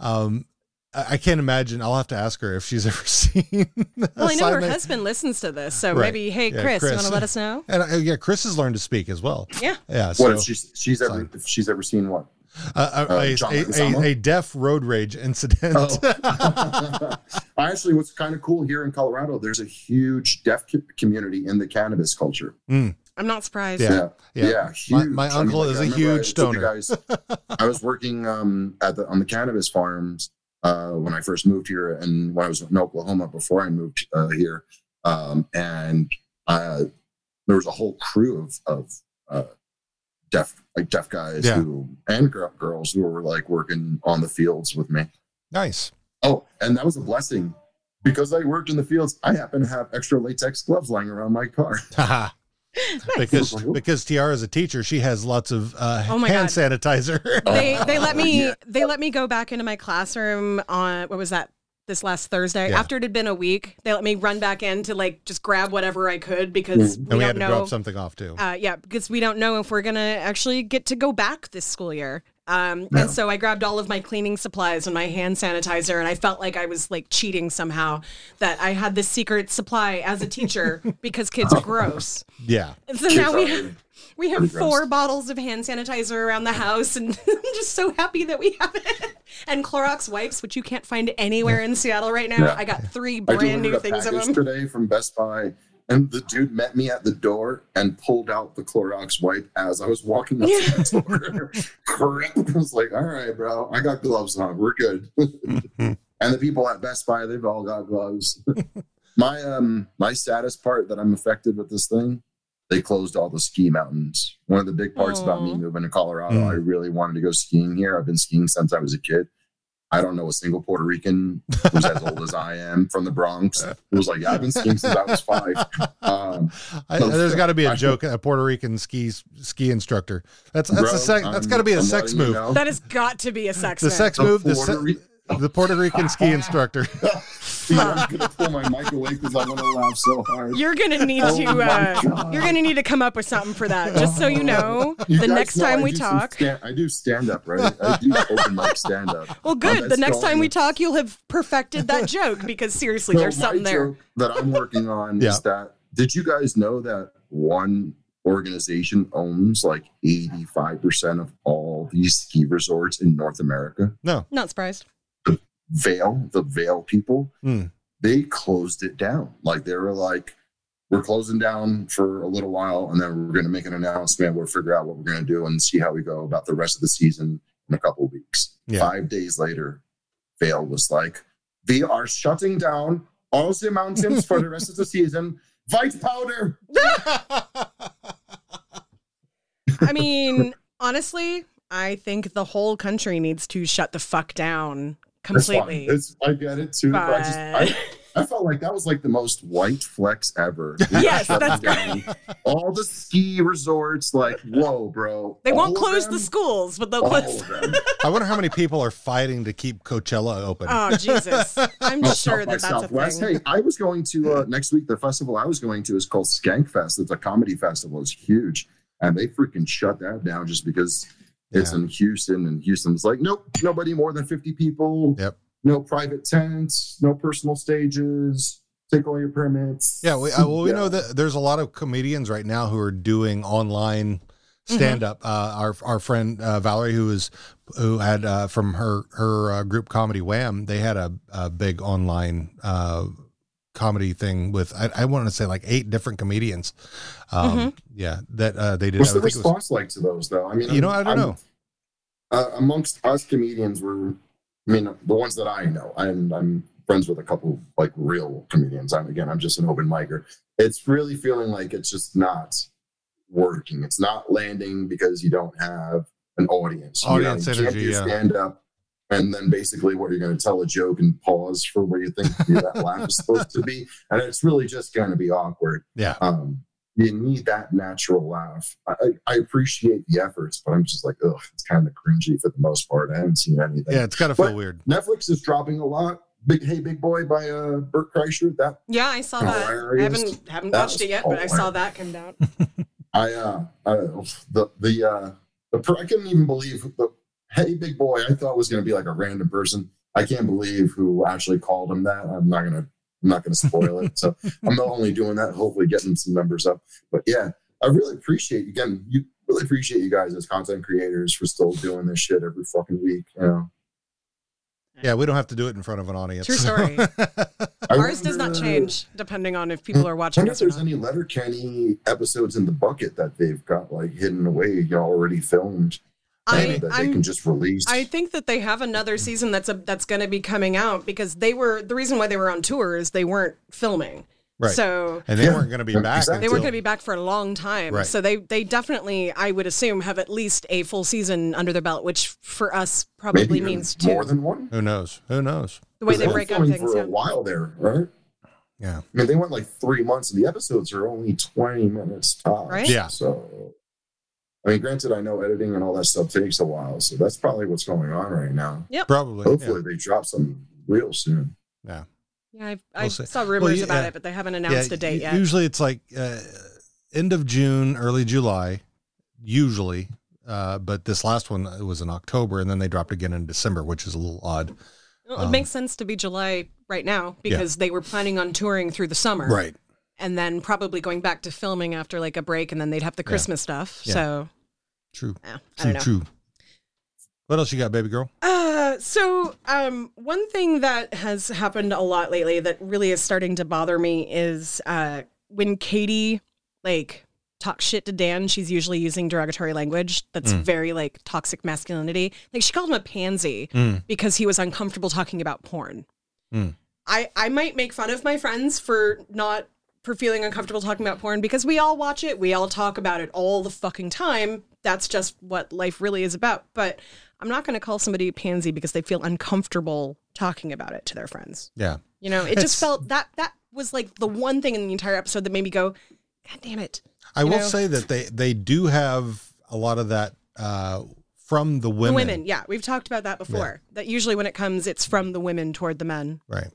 um, I I can't imagine. I'll have to ask her if she's ever seen.
Well, I know her
Simon-
husband listens to this, so
Right.
maybe, hey,
Yeah,
Chris, you want to let us know?
And uh, yeah, Chris has learned to speak as well.
Yeah.
yeah.
What
So
if she's she's ever if she's ever seen what?
uh, a,
uh,
a,
John
a,
Leguizamo?
a, a deaf road rage incident.
Oh. Actually, what's kind of cool here in Colorado, there's a huge deaf co- community in the cannabis culture.
Mm.
I'm not surprised.
Yeah, yeah.
My,
huge.
my
I mean,
uncle
like,
is
I
a
remember I
huge
took the
stoner.
guys- I was working um, at the on the cannabis farms uh, when I first moved here, and when I was in Oklahoma before I moved uh, here, um, and uh, there was a whole crew of of uh, deaf like deaf guys
Yeah.
who and gir- girls who were like working on the fields with me.
Nice.
Oh, and that was a blessing because I worked in the fields. I happen to have extra latex gloves lying around my car.
Haha. because because Tiara is a teacher, she has lots of uh,
Oh my
hand
God.
sanitizer.
They they let me
Yeah.
they let me go back into my classroom on what was that this last Thursday
Yeah.
after it had been a week. They let me run back in to like just grab whatever I could because we
and we
don't
had to
know
drop something off too.
Uh, yeah, because we don't know if we're gonna actually get to go back this school year. Um,
No.
And so I grabbed all of my cleaning supplies and my hand sanitizer, and I felt like I was like cheating somehow that I had this secret supply as a teacher because kids are gross.
yeah.
And so now we have, we have
pretty gross.
four bottles of hand sanitizer around the house, and I'm just so happy that we have it. And Clorox wipes, which you can't find anywhere in Seattle right now.
Yeah.
I got three
I
brand
delivered
new
a
things of
package
them.
today from Best Buy, and the dude met me at the door and pulled out the Clorox wipe as I was walking up to the door. I was like, "All right, bro, I got gloves on. We're good." and the people at Best Buy, they've all got gloves. my um, my saddest part that I'm affected with this thing. They closed all the ski mountains. One of the big parts about me moving to Colorado,
Hmm.
I really wanted to go skiing here. I've been skiing since I was a kid. I don't know a single Puerto Rican who's as old as I am from the Bronx. It was like, yeah, I've been skiing since I was five. Um,
I, there's got to be a
I-
joke. A Puerto Rican ski ski instructor. That's that's
Bro,
a sex, that's
I'm-
got to be a
I'm
sex
letting you
move.
know.
That has got to be a sex
The
move.
sex move. The, se-
Puerto Ri-
the Puerto Rican ski instructor.
I'm gonna pull my mic away because I want to laugh so hard.
You're gonna need
Oh
to.
my
Uh,
God.
you're gonna need to come up with something for that, just so you know.
You
the
guys
next
know
time
I
we
do some
talk.
sta- I do stand up, right? I do open mic stand up.
Well, good. the next time we talk, you'll have perfected that joke because seriously, there's something there.
that I'm working on
Yeah.
is that. Did you guys know that one organization owns like 85 percent of all these ski resorts in North America?
No,
Not surprised.
Vale, the Vale people,
Hmm.
they closed it down. Like they were like, we're closing down for a little while, and then we're going to make an announcement. We'll figure out what we're going to do and see how we go about the rest of the season in a couple of weeks. Five days later, Vale was like, "We are shutting down all the mountains for the rest of the season. White powder."
I mean, honestly, I think the whole country needs to shut the fuck down
That's fine.
completely.
It's, I get it too. But I just, I, I felt like that was like the most white flex ever.
Yes, that's
great. All the ski resorts, like, whoa, bro.
They won't
All of
close the schools, but they'll
All
close.
I wonder how many people are fighting to keep Coachella open.
Oh Jesus! I'm
Oh,
sure that
South by
that's a
Southwest.
thing.
Hey, I was going to uh, next week. The festival I was going to is called Skankfest. It's a comedy festival. It's huge, and they freaking shut that down just because it's in Houston, and Houston's like, nope, nobody more than fifty people.
Yep.
No private tents. No personal stages. Take all your permits.
Yeah, we, uh, well, we
Yeah.
know that there's a lot of comedians right now who are doing online
Mm-hmm.
stand up. Uh, our our friend uh, Valerie, who is who had uh, from her her uh, group comedy Wham, they had a, a big online uh, comedy thing with I, I want to say like eight different comedians. Um,
Mm-hmm.
Mhm.
Yeah, that uh, they did.
What's
I
the
think it was-
response like to those, though? I mean,
You know, I don't know.
Uh, amongst us comedians, we're, I mean, the ones that I know, and I'm friends with a couple like real comedians. I'm again, I'm just an open micer. It's really feeling like it's just not working. It's not landing because you don't have an audience. You know,
Audience
you can't
energy,
do
yeah.
Stand up. And then basically, what you're going to tell a joke and pause for where you think that laugh is supposed to be, and it's really just going to be awkward
yeah.
um, you need that natural laugh. I, I I appreciate the efforts, but I'm just like, ugh, it's kind of cringy for the most part. I haven't seen anything.
yeah, it's gotta feel
But
weird.
Netflix is dropping a lot. Big Hey Big Boy by uh, Bert Kreischer. That
Yeah, I saw that. I
Hilarious.
haven't haven't
That
watched
was
it yet, but I saw
hilarious.
that come down.
I uh, I don't know, the the uh, the per- I couldn't even believe the Hey Big Boy. I thought was going to be like a random person. I can't believe who actually called him that. I'm not gonna I'm not gonna spoil it. So I'm not only doing that, hopefully getting some numbers up. But yeah, I really appreciate again. You really appreciate you guys as content creators for still doing this shit every fucking week. You know,
Yeah, we don't have to do it in front of an audience.
True story. Ours does not
wonder-
change depending on if people are
uh, Hmm. I
watching
wonder if
us or
there's
not.
any Letterkenny episodes in the bucket that they've got like hidden away, you know, already filmed.
I-
and that
I'm-
they can just release.
I think that they have another season that's a, that's going to be coming out because they were the reason why they were on tour is they weren't filming.
Right.
So
and they weren't going to be back.
They weren't
until-
going to be back for a long time.
Right.
So they they definitely, I would assume, have at least a full season under their belt, which for us probably means two.
more than one.
Who knows? Who knows?
The way they
were
break up
filming
things,
for
yeah.
a while there, right?
Yeah.
I mean, they went like three months, and the episodes are only twenty minutes tops.
Right?
Yeah.
So, I mean, granted, I know editing and all that stuff takes a while, so that's probably what's going on right now.
Yep.
Probably.
Hopefully, they drop some real soon.
Yeah.
yeah, I, I
We'll see.
saw
Well,
rumors
yeah,
about
yeah.
it, but they haven't announced
Yeah,
a date
u-
yet.
Usually it's like uh, end of June, early July, usually. Uh, but this last one uh, was in October, and then they dropped again in December, which is a little odd.
Well, it
Um,
makes sense to be July right now
Yeah.
because they were planning on touring through the summer. And then probably going back to filming after like a break, and then they'd have the
Yeah.
Christmas stuff.
Yeah.
So
True.
I
true.
don't know.
True. What else you got, baby girl?
Uh, so um, one thing that has happened a lot lately that really is starting to bother me is uh, when Katie like talks shit to Dan, she's usually using derogatory language that's
Mm.
very like toxic masculinity. Like she called him a pansy
Mm.
because he was uncomfortable talking about porn.
Mm.
I I might make fun of my friends for not for feeling uncomfortable talking about porn because we all watch it, we all talk about it all the fucking time. That's just what life really is about. But I'm not going to call somebody a pansy because they feel uncomfortable talking about it to their friends.
Yeah.
You know, it
It's-
just felt that that was like the one thing in the entire episode that made me go, God damn it.
I
You
will
know?
say that they they do have a lot of that uh, from the
The
women.
women, yeah, we've talked about that before. That usually when it comes, it's from the women toward the men.
Right.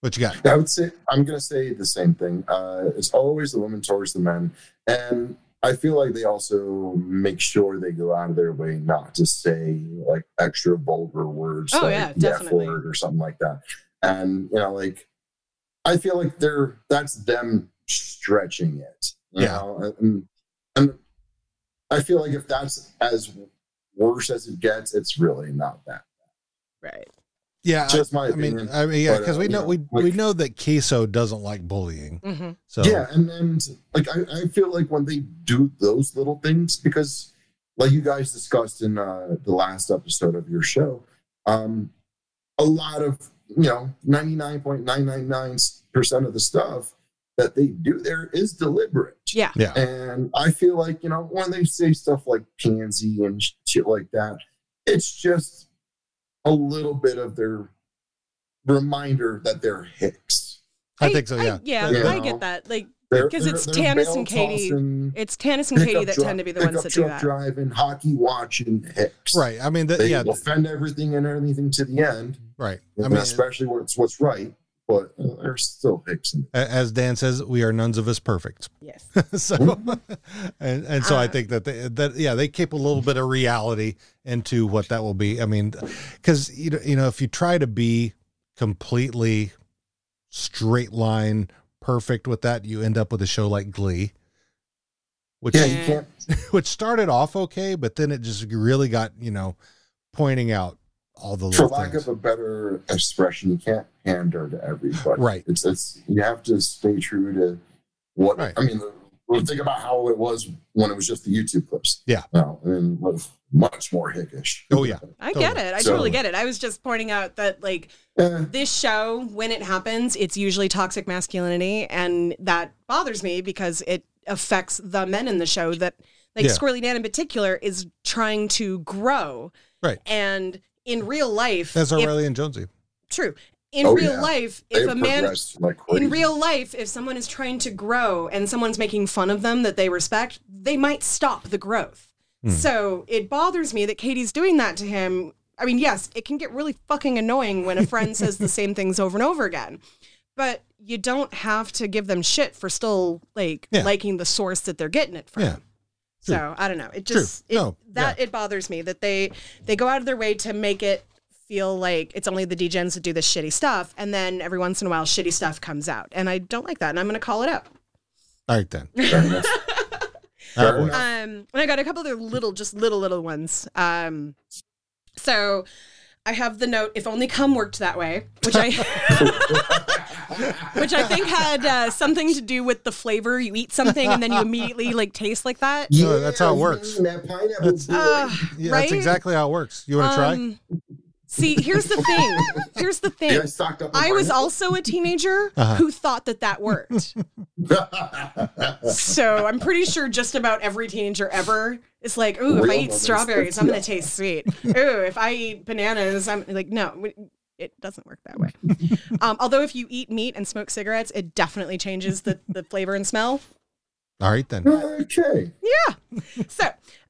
What you got?
I would say I'm going to say the same thing. Uh, it's always the women towards the men, and I feel like they also make sure they go out of their way not to say like extra vulgar words,
Oh,
like
yeah,
the F
definitely.
word or something like that. And you know, like I feel like they're that's them stretching it. You
Yeah.
know? and, and I feel like if that's as worse as it gets, it's really not that.
Right.
Yeah,
Just
I,
my
I mean,
opinion,
I mean, yeah,
but,
because
uh,
we
you
know
know,
we we know that Queso doesn't like bullying.
Mm-hmm.
So
yeah, and and like I, I feel like when they do those little things because like you guys discussed in uh, the last episode of your show, um, a lot of you know ninety nine point nine nine nine percent of the stuff that they do there is deliberate.
Yeah.
Yeah.
And I feel like you know when they say stuff like pansy and shit like that, it's just a little bit of their reminder that they're hicks.
I think so. Yeah.
Yeah,
You
I
know?
get that. Like
They're-
because it's
they're- they're
Tannis
bell
and Katie.
tossing,
It's Tannis and Katie
pickup
that
dri-
tend to be the ones
pickup
that do
truck
that.
Driving, hockey watching, hicks.
Right. I mean, that
They
yeah.
defend everything and anything to the end.
Right.
I
I
mean,
mean,
especially where it's what's right, but uh, there's still hicks in it.
a- as Dan says, we are none of us perfect.
Yes.
so, and, and so I think that they, that yeah, they keep a little bit of reality into what that will be. I mean, because you know, you know, if you try to be completely straight line perfect with that, you end up with a show like Glee, which
Yeah, you can't.
which started off okay, but then it just really got you know pointing out all the
For
little
lack
things.
of a better expression, you can't pander to everybody.
Right.
It's it's you have to stay true to what
Right.
I mean. well, Think about how it was when it was just the YouTube clips.
Yeah.
No, I mean, it was much more hickish.
Oh yeah,
I get it. I
So-
totally get it. I was just pointing out that like
Eh,
this show, when it happens, it's usually toxic masculinity, and that bothers me because it affects the men in the show that like
Yeah.
Squirrely Dan in particular is trying to grow.
Right.
And in real life
That's
if-
O'Reilly and Jonesy.
True. In
Oh,
real
yeah.
life,
They
if a man
progressed like
in
crazy.
real life, if someone is trying to grow and someone's making fun of them that they respect, they might stop the growth.
Hmm.
So it bothers me that Katie's doing that to him. I mean, yes, it can get really fucking annoying when a friend says the same things over and over again. But you don't have to give them shit for still like
Yeah.
liking the source that they're getting it from.
Yeah.
So I don't know. It
True.
just it,
No,
that it bothers me that they they go out of their way to make it feel like it's only the DJs that do this shitty stuff, and then every once in a while, shitty stuff comes out, and I don't like that, and I'm going to call it out.
All right then.
Fair
All right.
enough.
Um, and I got a couple other little, just little, little ones. Um, so I have the note: "If only cum worked that way," which I, which I think had uh, something to do with the flavor. You eat something and then you immediately like taste like that.
No, that's how it works.
Mm, That pineapple
Uh,
Yeah,
right?
that's exactly how it works. You want to
Um, See, here's the thing. Here's the thing.
Yeah, I stocked up on
I was
pineapple.
also a teenager
Uh-huh.
who thought that that worked. so I'm pretty sure just about every teenager ever is like, "Ooh, if
Real
I eat
mothers.
strawberries, I'm
Yeah.
gonna taste sweet. Ooh, if I eat bananas, I'm like, no." we- It doesn't work that way. um, although, if you eat meat and smoke cigarettes, it definitely changes the, the flavor and smell.
try? All right then.
Okay.
Yeah. So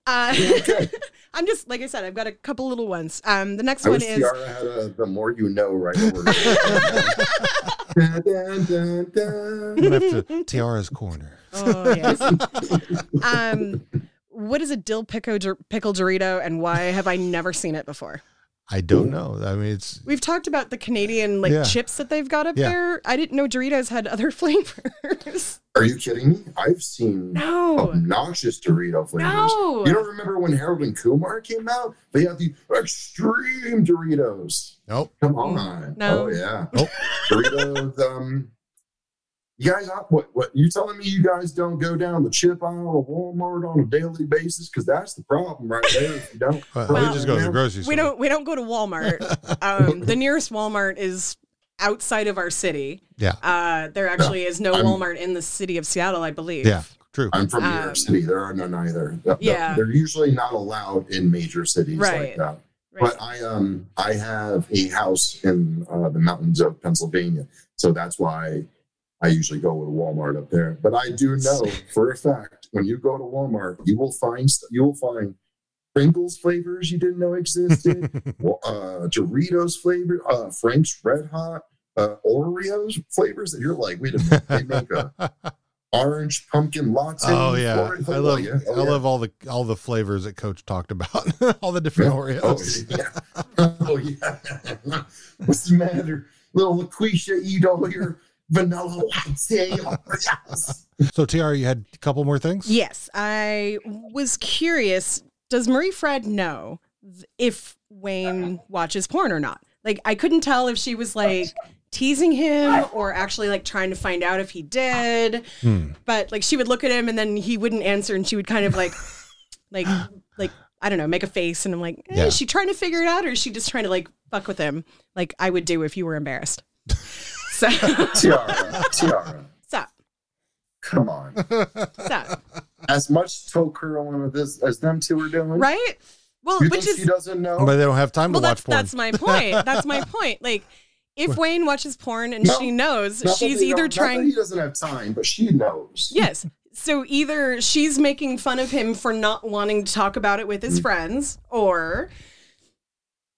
uh, I'm just like I said, I've got a couple little ones. Um, the next
I
one
wish
is
Tiara had a "The More You Know" right over. Dun, dun, dun, dun.
I'm gonna have to Tiara's corner.
Oh yes. um, what is a dill pickle, dor- pickle Dorito, and why have I never seen it before?
I don't know. I mean, it's
We've talked about the Canadian like
Yeah.
chips that they've got up
Yeah.
there. I didn't know Doritos had other flavors.
Are you kidding me? I've seen
Oh,
No.
obnoxious Dorito flavors.
No.
You don't remember when Harold and Kumar came out? They had the extreme Doritos.
Nope.
Come on.
No.
Oh yeah. Doritos. Um. You guys, what? What you telling me? You guys don't go down the chip aisle of Walmart on a daily basis because that's the problem right there. If you don't,
Well, Uh, we just go to the grocery store.
we don't we don't go to Walmart. Um, the nearest Walmart is outside of our city.
Yeah.
Uh, there actually is no
I'm-
Walmart in the city of Seattle, I believe.
Yeah, true.
I'm from New
Um,
York City. There are none either. Th- th-
Yeah.
They're usually not allowed in major cities
Right.
like that. But I um I have a house in uh, the mountains of Pennsylvania, so that's why I usually go to Walmart up there. But I do know for a fact when you go to Walmart, you will find st- you will find Pringles flavors you didn't know existed, well, uh, Doritos flavor, uh, Frank's Red Hot, uh, Oreos flavors that you're like, wait a minute, they make a orange pumpkin latte.
Oh yeah,
for it.
I
Oh,
love
yeah. Oh,
I
yeah.
love all the all the flavors that Coach talked about, all the different Oreos.
Oh yeah. What's the matter? Little LaQuisha eat all your vanilla latte. Oh, Oreos.
so Tiara, you had a couple more things.
Yes, I was curious. Does Marie Fred know th- if Wayne watches porn or not? Like, I couldn't tell if she was like teasing him or actually like trying to find out if he did.
Hmm.
But like, she would look at him and then he wouldn't answer, and she would kind of like, like, like I don't know, make a face, and I'm like, eh,
Yeah.
is she trying to figure it out or is she just trying to like fuck with him? Like I would do if you were embarrassed. So,
Tiara, Tiara,
so,
come on.
so,
As much toe curling with this as them two are doing,
right? Well,
You
which
think
is
she doesn't know?
But they don't have time
well,
to
that's
watch porn.
that's my point. That's my point. Like, if Wayne watches porn and
No.
she knows,
Not that
she's
they
either
don't- not that
trying.
He doesn't have time, but she knows.
Yes. So either she's making fun of him for not wanting to talk about it with his friends, or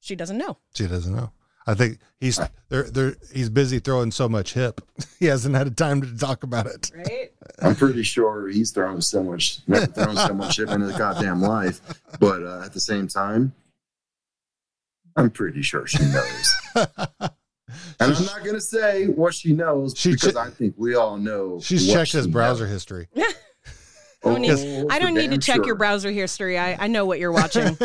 she doesn't know.
She doesn't know. I think he's they're, they're, he's busy throwing so much hip. He hasn't had time to talk about it.
Right?
I'm pretty sure he's thrown so much, never thrown so much shit into the goddamn life. But uh, at the same time, I'm pretty sure she knows. and I'm not gonna say what she knows because I think we all know.
She's
what
checked
she
his browser
knows.
history.
I don't, need,
Oh,
I don't
for
need to
damn
check your
sure.
browser history. I, I know what you're watching.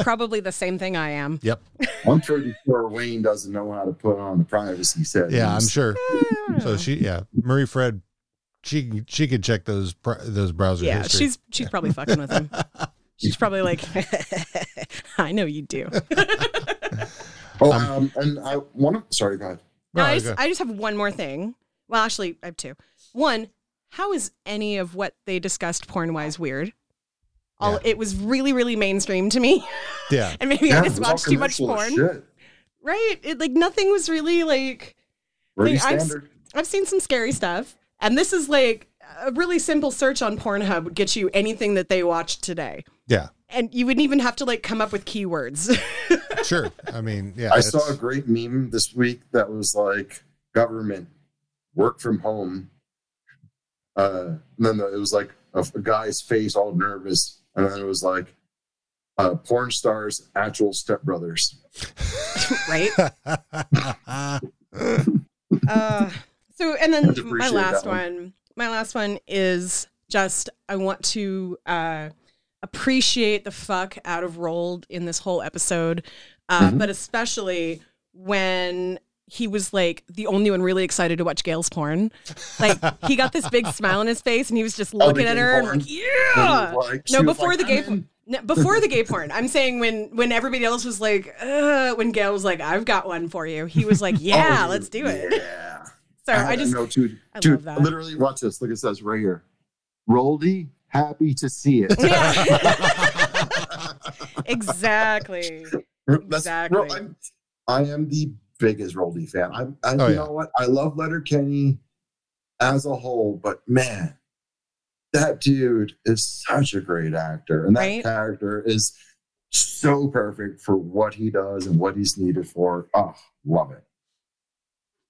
Probably the same thing I am.
Yep.
I'm pretty sure Wayne doesn't know how to put on the privacy settings.
Yeah, I'm sure.
Hmm.
So she, yeah, Marie Fred, she she could check those br- those browser.
Yeah,
history.
she's she's probably fucking with him. She's probably like, I know you do.
Oh, um, and I one of sorry, go ahead.
No, I, just, I just have one more thing. Well, actually, I have two. One, how is any of what they discussed porn wise weird? All it was really, really mainstream to me,
yeah,
and maybe
Yeah,
I just
it was all
watched too much
commercial as
porn.
shit.
Right? It like nothing was really like.
Pretty
like, I've, s-
standard.
I've seen some scary stuff, and this is like a really simple search on Pornhub would get you anything that they watched today,
yeah,
and you wouldn't even have to like come up with keywords.
sure. I mean, yeah,
I
it's-
saw a great meme this week that was like government work from home. Uh, and then the, it was like a, a guy's face all nervous, and then it was like uh, porn stars, actual stepbrothers.
right? uh, so,
Much
and then my
appreciated
last
that one.
one. my last one is just I want to uh, appreciate the fuck out of Rolled in this whole episode, uh,
Mhm.
but especially when he was like the only one really excited to watch Gail's porn. Like he got this big smile on his face, and he was just
Oh, the
looking at
gay
her and
porn?
like,
And
yeah.
he was like- she
no,
was
before
like,
the gay
"Oh,
"I'm
porn. No, before the gay porn, I'm saying when when everybody else was like, uh, when Gail was like, "I've got one for you," he was like, "Yeah,
Oh,
let's do it."
Yeah.
So I just
know, dude.
I
dude,
love that.
literally, watch this. Look, it says right here, Roldy, happy to see it.
exactly.
That's-
Exactly.
no, I'm, I am the biggest Roldy fan. I'm, I,
Oh,
you
yeah.
know what? I love Letter Kenny as a whole, but man, that dude is such a great actor, and that
Right?
character is so perfect for what he does and what he's needed for. Oh, love it.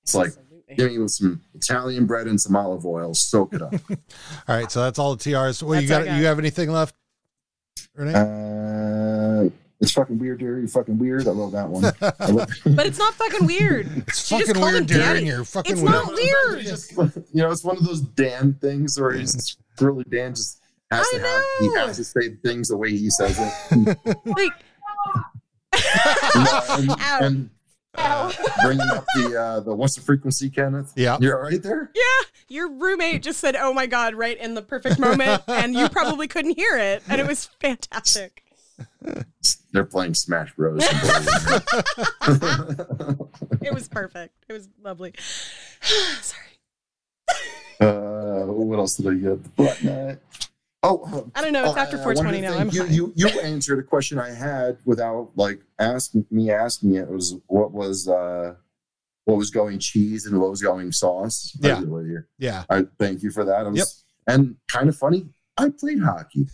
It's like giving him some Italian bread and some olive oil. Soak it up.
All right, so that's all the TRs. Well, you
That's all
got,
I got.
you have anything left? Renee?
Uh, it's fucking weird, dear. You're fucking weird. I love that one. I love-
But it's not fucking weird.
It's
She just
fucking
called
weird,
him
Darren.
daddy.
You're fucking
It's
weird.
not weird.
you know, it's one of those Dan things where he's really Dan just has to have he has to say things the way he says it.
like,
and, and, uh, bringing up the uh, the what's the frequency, Kenneth?
Yeah,
you're all right there.
yeah, your roommate just said, "Oh my god!" right in the perfect moment, and you probably couldn't hear it, and it was fantastic.
They're playing Smash Bros.
It was perfect. It was lovely. Sorry,
Uh, what else did I get? The butt nut. Oh, uh,
I don't know. It's
oh,
after
I- I wanted
420
to
now.
thank
I'm
you,
fine.
you. You answered a question I had without like asking me asking it. It was what was uh, what was going cheese and what was going sauce. I
Yeah.
did with you.
Yeah.
I thank you for that. I was, And kind of funny. I played hockey.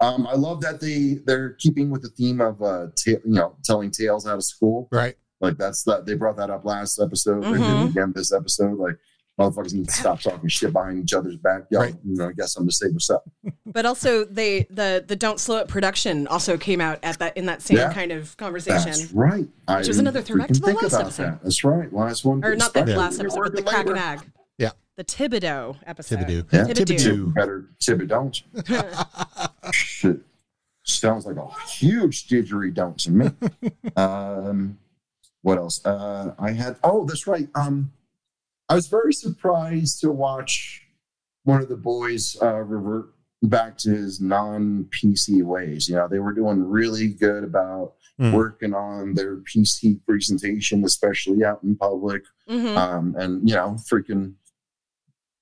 Um, I love that they they're keeping with the theme of uh, ta- you know telling tales out of school.
Right.
Like that's that they brought that up last episode. They did
Mm-hmm.
it
Mhm.
again this episode. Like motherfuckers need to stop talking shit behind each other's back. Yo, you know, I guess I'm the same what's up.
But also, they the the Don't Slow Up production also came out at that in that same
Yeah.
kind of conversation.
That's right.
Which was another throwback
freaking
to the
think
last
about
episode.
That. That's right. Last one.
Or
did
not that
special.
last episode, but the Crack and Ag.
Yeah.
The Thibodeau episode.
Yeah.
Thibodeau.
Better Thibodeau.
Oh.
Shit. Sounds like a huge didgeridoo to me. um, what else? Uh, I had. Oh, that's right. Um, I was very surprised to watch one of the boys uh, revert back to his non-PC ways. You know, they were doing really good about
Hmm.
working on their PC presentation, especially out in public.
Mm-hmm.
Mhm.
Um, and you know, freaking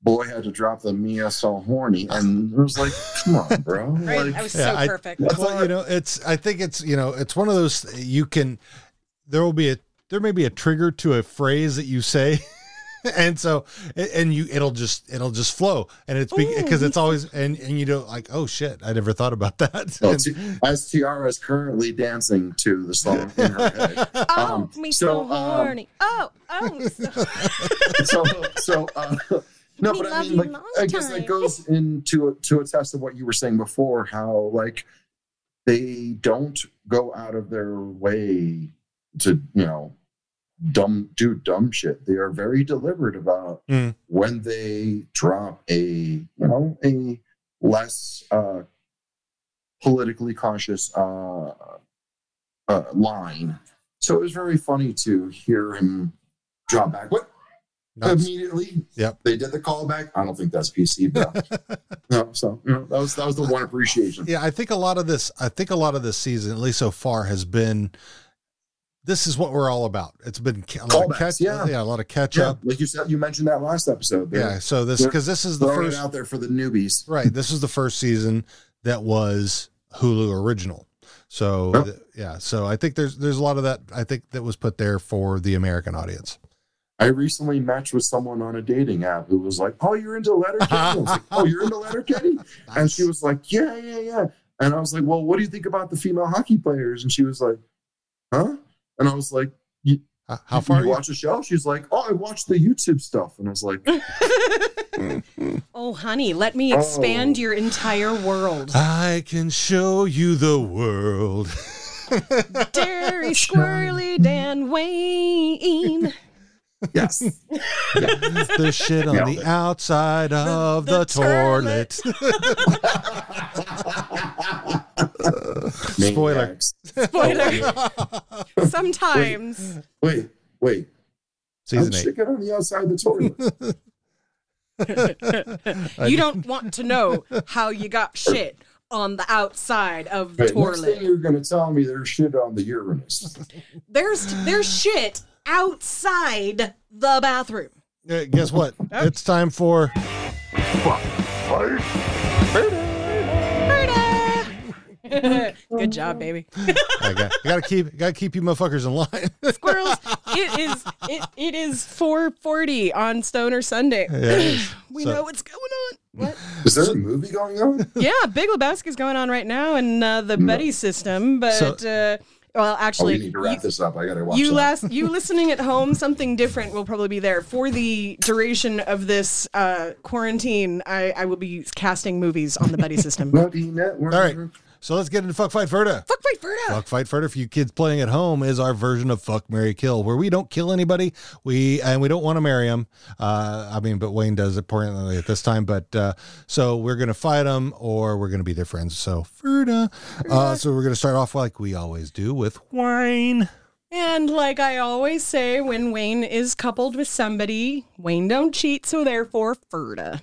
boy had to drop the Mia so horny, and it was like, come on, bro. Like,
I- well, you know, it's. I think it's. You know, it's one of those you can. There will be a. There may be a trigger to a phrase that you say, and so a- and you it'll just it'll just flow, and it's because it's always and and you don't like oh shit I never thought about that.
Well,
And-
T- as Tiara is currently dancing to the song in her head.
Oh,
Um,
me so,
um,
horny. oh, oh, me so
so, so uh, no,
We
but I
love
mean,
you
like,
long
I guess
time.
that goes into to a test of what you were saying before, how like they don't go out of their way to you know dumb do dumb shit. They are very deliberate about
Mm.
when they drop a you know a less uh, politically conscious uh, uh, line. So it was very funny to hear him drop back. What? Immediately,
Yep.
They did the callback. I don't think that's PC, but no. So you know, that was that was the one appreciation.
Yeah, I think a lot of this. I think a lot of this season, at least so far, has been. This is what we're all about. It's been ca- a lot of
Callbacks,
catch,
yeah.
yeah, a lot of catch
Yeah,
up.
like you said, you mentioned that last episode.
Yeah, so this-
they're
'cause this is the
throwing it
first-
out there for the newbies.
Right. This was the first season that was Hulu original. So
Yep.
th- yeah, so I think there's there's a lot of that I think that was put there for the American audience.
I recently matched with someone on a dating app who was like, "Oh, you're into letter Kenny." I was like, "Oh, you're into letter Kenny," and she was like, "Yeah, yeah, yeah." And I was like, "Well, what do you think about the female hockey players?" And she was like, "Huh?" And I was like, "You-
how
you-
far
you
are you?"
watch a show?" She's like, "Oh, I watched the YouTube stuff," and I was like,
Oh, honey, let me expand your entire world.
I can show you the world.
Dairy Squirrely Dan Wayne.
Yes.
the shit on the outside of the, toilet. Spoiler.
Spoiler. Sometimes.
"Wait, wait,
Season
I'm
eight.
chicken on the outside of the toilet." I
you don't want to know how you got shit on the outside of the
Wait, next
toilet.
thing you're going to tell me there's shit on the Uranus.
There's there's shit outside the bathroom.
Uh, guess what? It's time for
Good job, baby.
I got, I gotta keep gotta keep you motherfuckers in line.
Squirrels. It is it, it is 4:40 on Stoner Sunday.
Yeah, it is.
we
So-
know what's going on. What?
Is there a movie going on?
yeah, Big Lebowski's going on right now in uh, the Betty system, but
So-
uh, well,
oh,
actually,
we need to wrap this up. I got to watch
you
that.
last you listening at home, something different will probably be there for the duration of this uh, quarantine. I, I will be casting movies on the Buddy system.
All right. So let's get into Fuck Fight Ferda.
Fuck Fight Ferda.
Fuck Fight Ferda for you kids playing at home is our version of Fuck Mary Kill, where we don't kill anybody. We and we don't want to marry them. Uh, I mean, but Wayne does it poignantly at this time. But uh, so we're gonna fight them or we're gonna be their friends. So Ferda. Uh, so we're gonna start off like we always do with Wayne.
And like I always say, when Wayne is coupled with somebody, Wayne don't cheat, so therefore Ferda.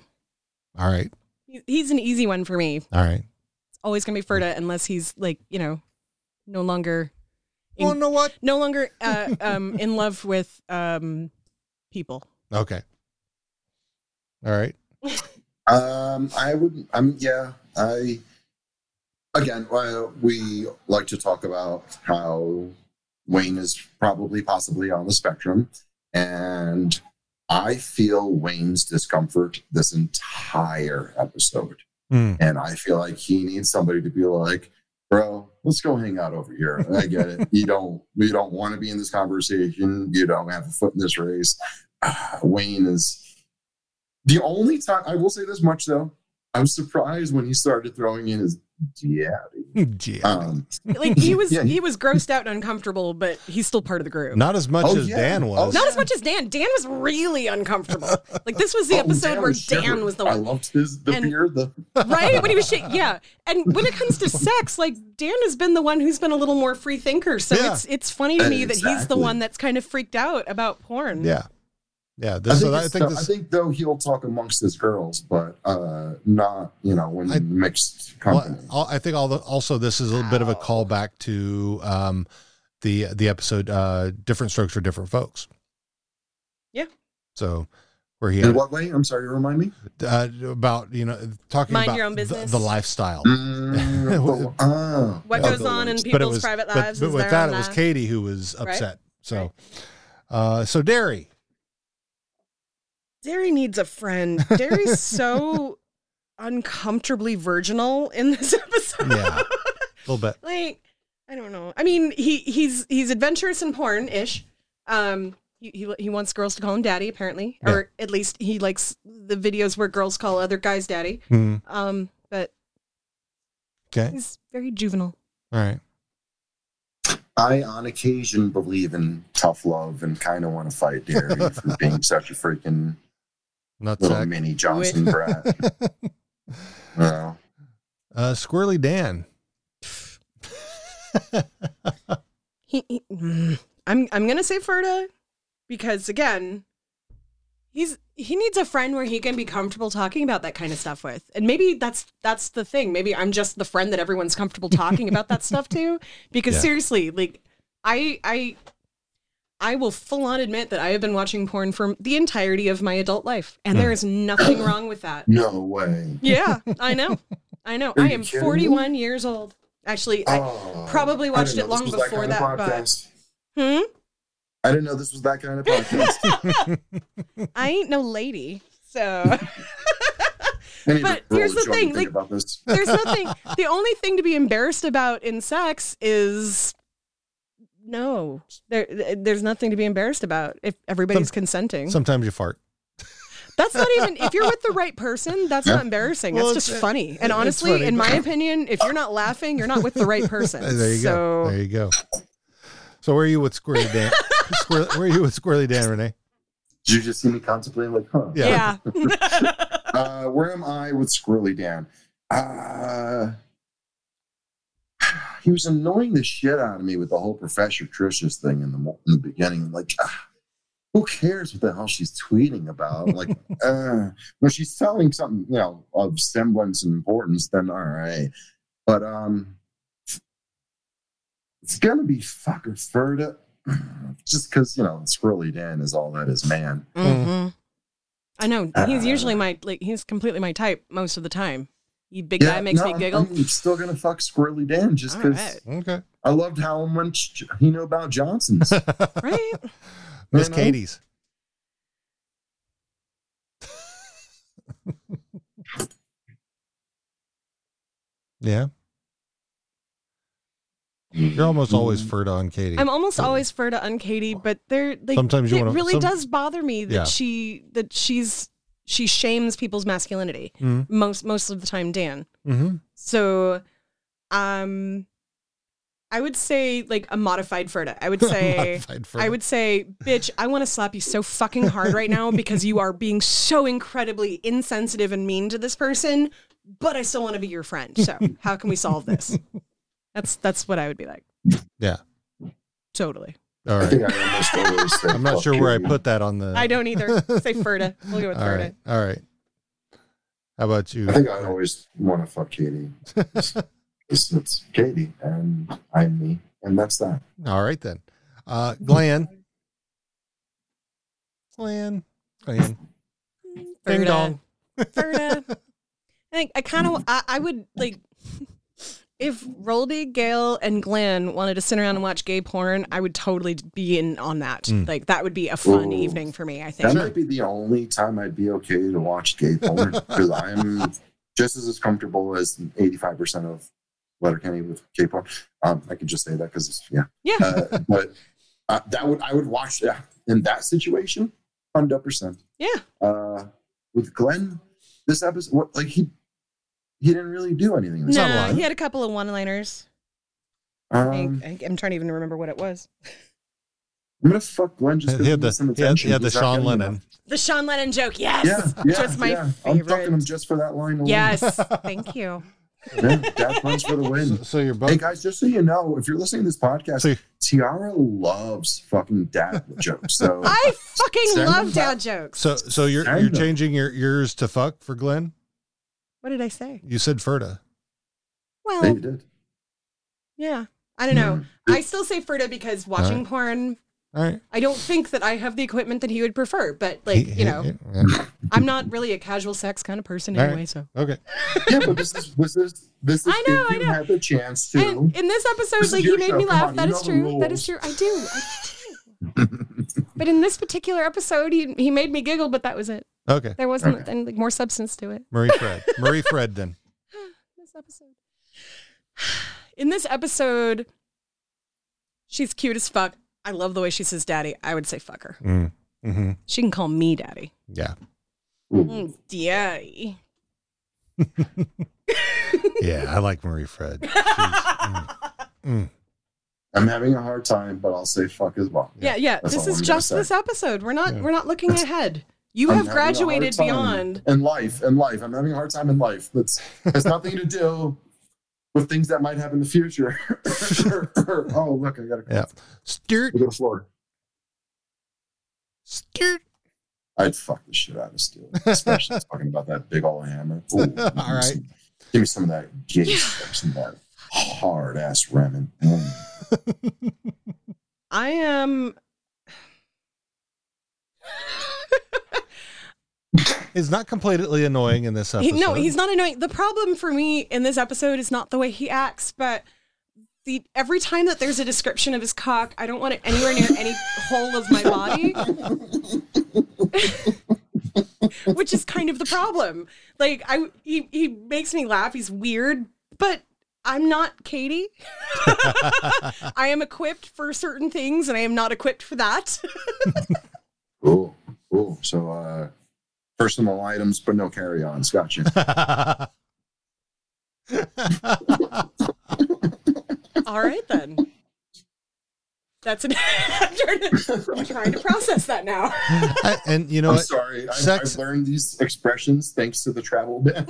All right.
He- He's an easy one for me.
All right.
It's always gonna be Ferda unless he's like you know, no longer.
Well, know what?
No longer uh, um, in love with um, people.
Okay. All right.
Um, I would. I'm. yeah. I. Again, well, we like to talk about how Wayne is probably possibly on the spectrum, and I feel Wayne's discomfort this entire episode. And I feel like he needs somebody to be like, bro, let's go hang out over here. I get it. you don't you don't want to be in this conversation. You don't have a foot in this race. Ah, Wayne is the only time I will say this much though. I was surprised when he started throwing in his daddy. Um,
Like he was,
Yeah,
he, was grossed out and uncomfortable, but he's still part of the group.
Not as much
Oh,
as
yeah.
Dan
Oh,
was.
Not as much as Dan. Dan was really uncomfortable. Like this was the episode where Dan was the
oh, I
one,
loved his the
And-
beard. The
right? When he was shit, yeah. And when it comes to sex, like Dan has been the one who's been a little more free thinker. So
Yeah.
it's it's funny to me that he's the
Exactly.
one that's kind of freaked out about porn.
Yeah. Yeah.
I
This,
think,
so I
it's
think
the- I
this,
think though he'll talk amongst his girls, but uh, not you know when mixed company.
Well, al- I think all the, also this is a bit of a callback to um, the the episode uh, "Different Strokes for Different Folks."
Yeah.
So where he
In
had,
what way? I'm sorry, remind me.
uh, about you know talking
Mind
about
your own
the-
business.
The, lifestyle.
Mm, but- ah.
What
Yeah.
goes on in
But it
people's
was-
private
but-
lives
But,
is
with
their
that,
own
it was
life.
Katie who was
Right.
upset. So, uh, so Derry.
Derry needs a friend. Derry's so uncomfortably virginal in this episode.
Yeah. A little bit.
Like, I don't know. I mean, he he's he's adventurous in porn ish. Um, he, he he wants girls to call him daddy apparently, or at least he likes the videos where girls call other guys daddy.
Hmm.
Mhm.
Um, but
Okay.
he's very juvenile.
All right.
I on occasion believe in tough love and kind of want to fight Derry for being such a freaking
Not
little
sack.
mini Johnson
Wait.
brat. You know?
Uh, Squirrely Dan.
He, he- mm. I'm I'm gonna say Ferda because again, he's he needs a friend where he can be comfortable talking about that kind of stuff with, and maybe that's that's the thing. Maybe I'm just the friend that everyone's comfortable talking about that stuff to. Because
Yeah.
seriously, like I I I will full on admit that I have been watching porn for the entirety of my adult life, and there is nothing wrong with that.
No way.
Yeah, I know, I know.
Are
I
you
am
kidding me?
41 years old. Actually,
Oh,
I probably
I
watched
didn't
it
know this
long
was that
before
kind of
that, but.
podcast. Oh.
Hmm?
I didn't know this was that kind of podcast.
I ain't no lady. So
I need to
But
roll
here's
a
the
joint
thing,
and
like,
think about this.
there's nothing. The only thing to be embarrassed about in sex is no. There, there's nothing to be embarrassed about if everybody's
Some-
consenting.
Sometimes you fart.
That's not even if you're with the right person. That's
Yeah.
not embarrassing.
Well,
that's just
it's-
funny.
it's
And honestly,
funny,
in my
but-
opinion, if you're not laughing, you're not with the right person.
There you
so,
go. There you go. So where are you with Squirrely Dan? Squir- where are you with Squirrely Dan, Renee?
Did you just see me contemplating like, huh?
Yeah.
uh, where am I with Squirrely Dan? Uh, he was annoying the shit out of me with the whole Professor Trish's thing in the mo- in the beginning. Like, ah, who cares what the hell she's tweeting about? Like, uh, when she's telling something, you know, of semblance and importance, then all right. But um, it's gonna be fucker Ferda, just because you know Squirrely Dan is all that is, man.
Mm-hmm.
mhm. I know he's usually my like he's completely my type most of the time. You big guy makes
no,
me
I'm-
giggle.
I'm, still gonna fuck Squirrely Dan just
All
because
right.
Okay.
I loved how much J- he knew about Johnson's.
right?
Miss
You know?
Katie's. yeah. You're almost always
Mm.
furred on Katie.
I'm almost always fur to unkatie, but they're they,
Sometimes you
it
wanna-
really
some-
does bother me that
Yeah.
she that she's she shames people's masculinity
Mhm.
most most of the time. Dan,
Mm-hmm.
so um, I would say like a modified Ferda. I would say
Modified Ferda.
I would say, bitch, I want to slap you so fucking hard right now because you are being so incredibly insensitive and mean to this person. But I still want to be your friend. So how can we solve this? That's that's what I would be like.
Yeah.
Totally.
All right.
think I almost always say
I'm not
fuck
sure where I
Katie.
put that on the.
I don't either. Say Ferda. We'll go with
All
Ferda.
right. All right. How about you?
I think I always want to fuck Katie. It's, it's Katie and I'm me, and that's that.
All right then. Uh, Glenn. Glenn. Glenn. Ding
Ferda.
dong.
Ferda. I think I kind of I, I would like if Roldy, Gail, and Glenn wanted to sit around and watch gay porn, I would totally be in on that.
Mm.
Like that would be a fun
Ooh.
evening for me. I
That
think.
might be the only time I'd be okay to watch gay porn because I'm just as comfortable as 85% of Letterkenny with K-pop. Um, I can just say that because yeah,
yeah.
Uh, but uh, that would I would watch that in that situation, hundred percent.
Yeah.
Uh, with Glenn, this episode, what like he he didn't really do anything. This
nah,
episode.
he had a couple of one-liners.
Um,
I, I'm trying to even remember what it was.
I'm gonna fuck Glenn just because
He
he
had
had some
the- he had-
attention.
he had the
He's not
Sean
getting
Lennon.
enough.
The Sean Lennon joke, yes.
Yeah, yeah,
Just my
yeah. I'm
favorite.
fucking him just for that line. Alone.
Yes, thank you.
yeah, Daft Punk's for the win. So,
you're
both. Hey guys, just so you know, if you're listening to this podcast, Tiara loves fucking dad jokes. So
I fucking
Send
love
him
dad jokes.
So so you're
Send
you're
them.
changing your yours to fuck for Glenn?
What did I say?
You said Ferda.
Well,
did.
yeah. I don't
Mm.
know. I still say Ferda because watching porn,
All right.
I don't think that I have the equipment that he would prefer. But like,
He-
you know,
he- yeah.
I'm not really a casual sex kind of person
All right.
anyway. So
Okay.
yeah, but this is was this this is
I know,
if you
I know.
had the chance to.
and in this episode,
This is
like
your
you made
show,
me
come
laugh.
on,
That
you
is
know the
true. That is
rules.
true. I do. I do. but in this particular episode, he he made me giggle, but that was it.
Okay.
There wasn't
Okay.
any like, more substance to it.
Marie Fred. Marie Fred then.
this episode. In this episode, she's cute as fuck. I love the way she says daddy. I would say fuck her.
Mm. hmm
She can call me daddy.
Yeah.
Mm, daddy.
Yeah, I like Marie Fred. She's- mm. Mm.
I'm having a hard time, but I'll say fuck as well.
Yeah, yeah.
That's
this is
all I'm gonna
just
say.
this episode. We're not
Yeah.
we're not looking ahead. You
I'm
have
having a hard
graduated
time
beyond
in life. In life, I'm having a hard time in life. That's has nothing to do with things that might happen in the future. oh, look, I got to
Yeah. Stuart.
Look at the floor.
Stuart.
I'd fuck the shit out of Steel, especially talking about that big old hammer. Ooh, give me
All right.
some- give me some of that gay stuff, some of that hard ass ramen. Mm.
I am
He's not completely annoying in this
he-
episode.
no, he's not annoying. The problem for me in this episode is not the way he acts, but the every time that there's a description of his cock, I don't want it anywhere near any hole of my body. Which is kind of the problem. Like I he he makes me laugh. He's weird, but I'm not Katie. I am equipped for certain things and I am not equipped for that.
Ooh, ooh. So, uh, personal items, but no carry ons. Gotcha.
All right then. That's an I'm trying to, I'm trying to process that now.
I- and you know
I'm
what?
sorry. I,
Sex-
I've learned these expressions thanks to the travel ban.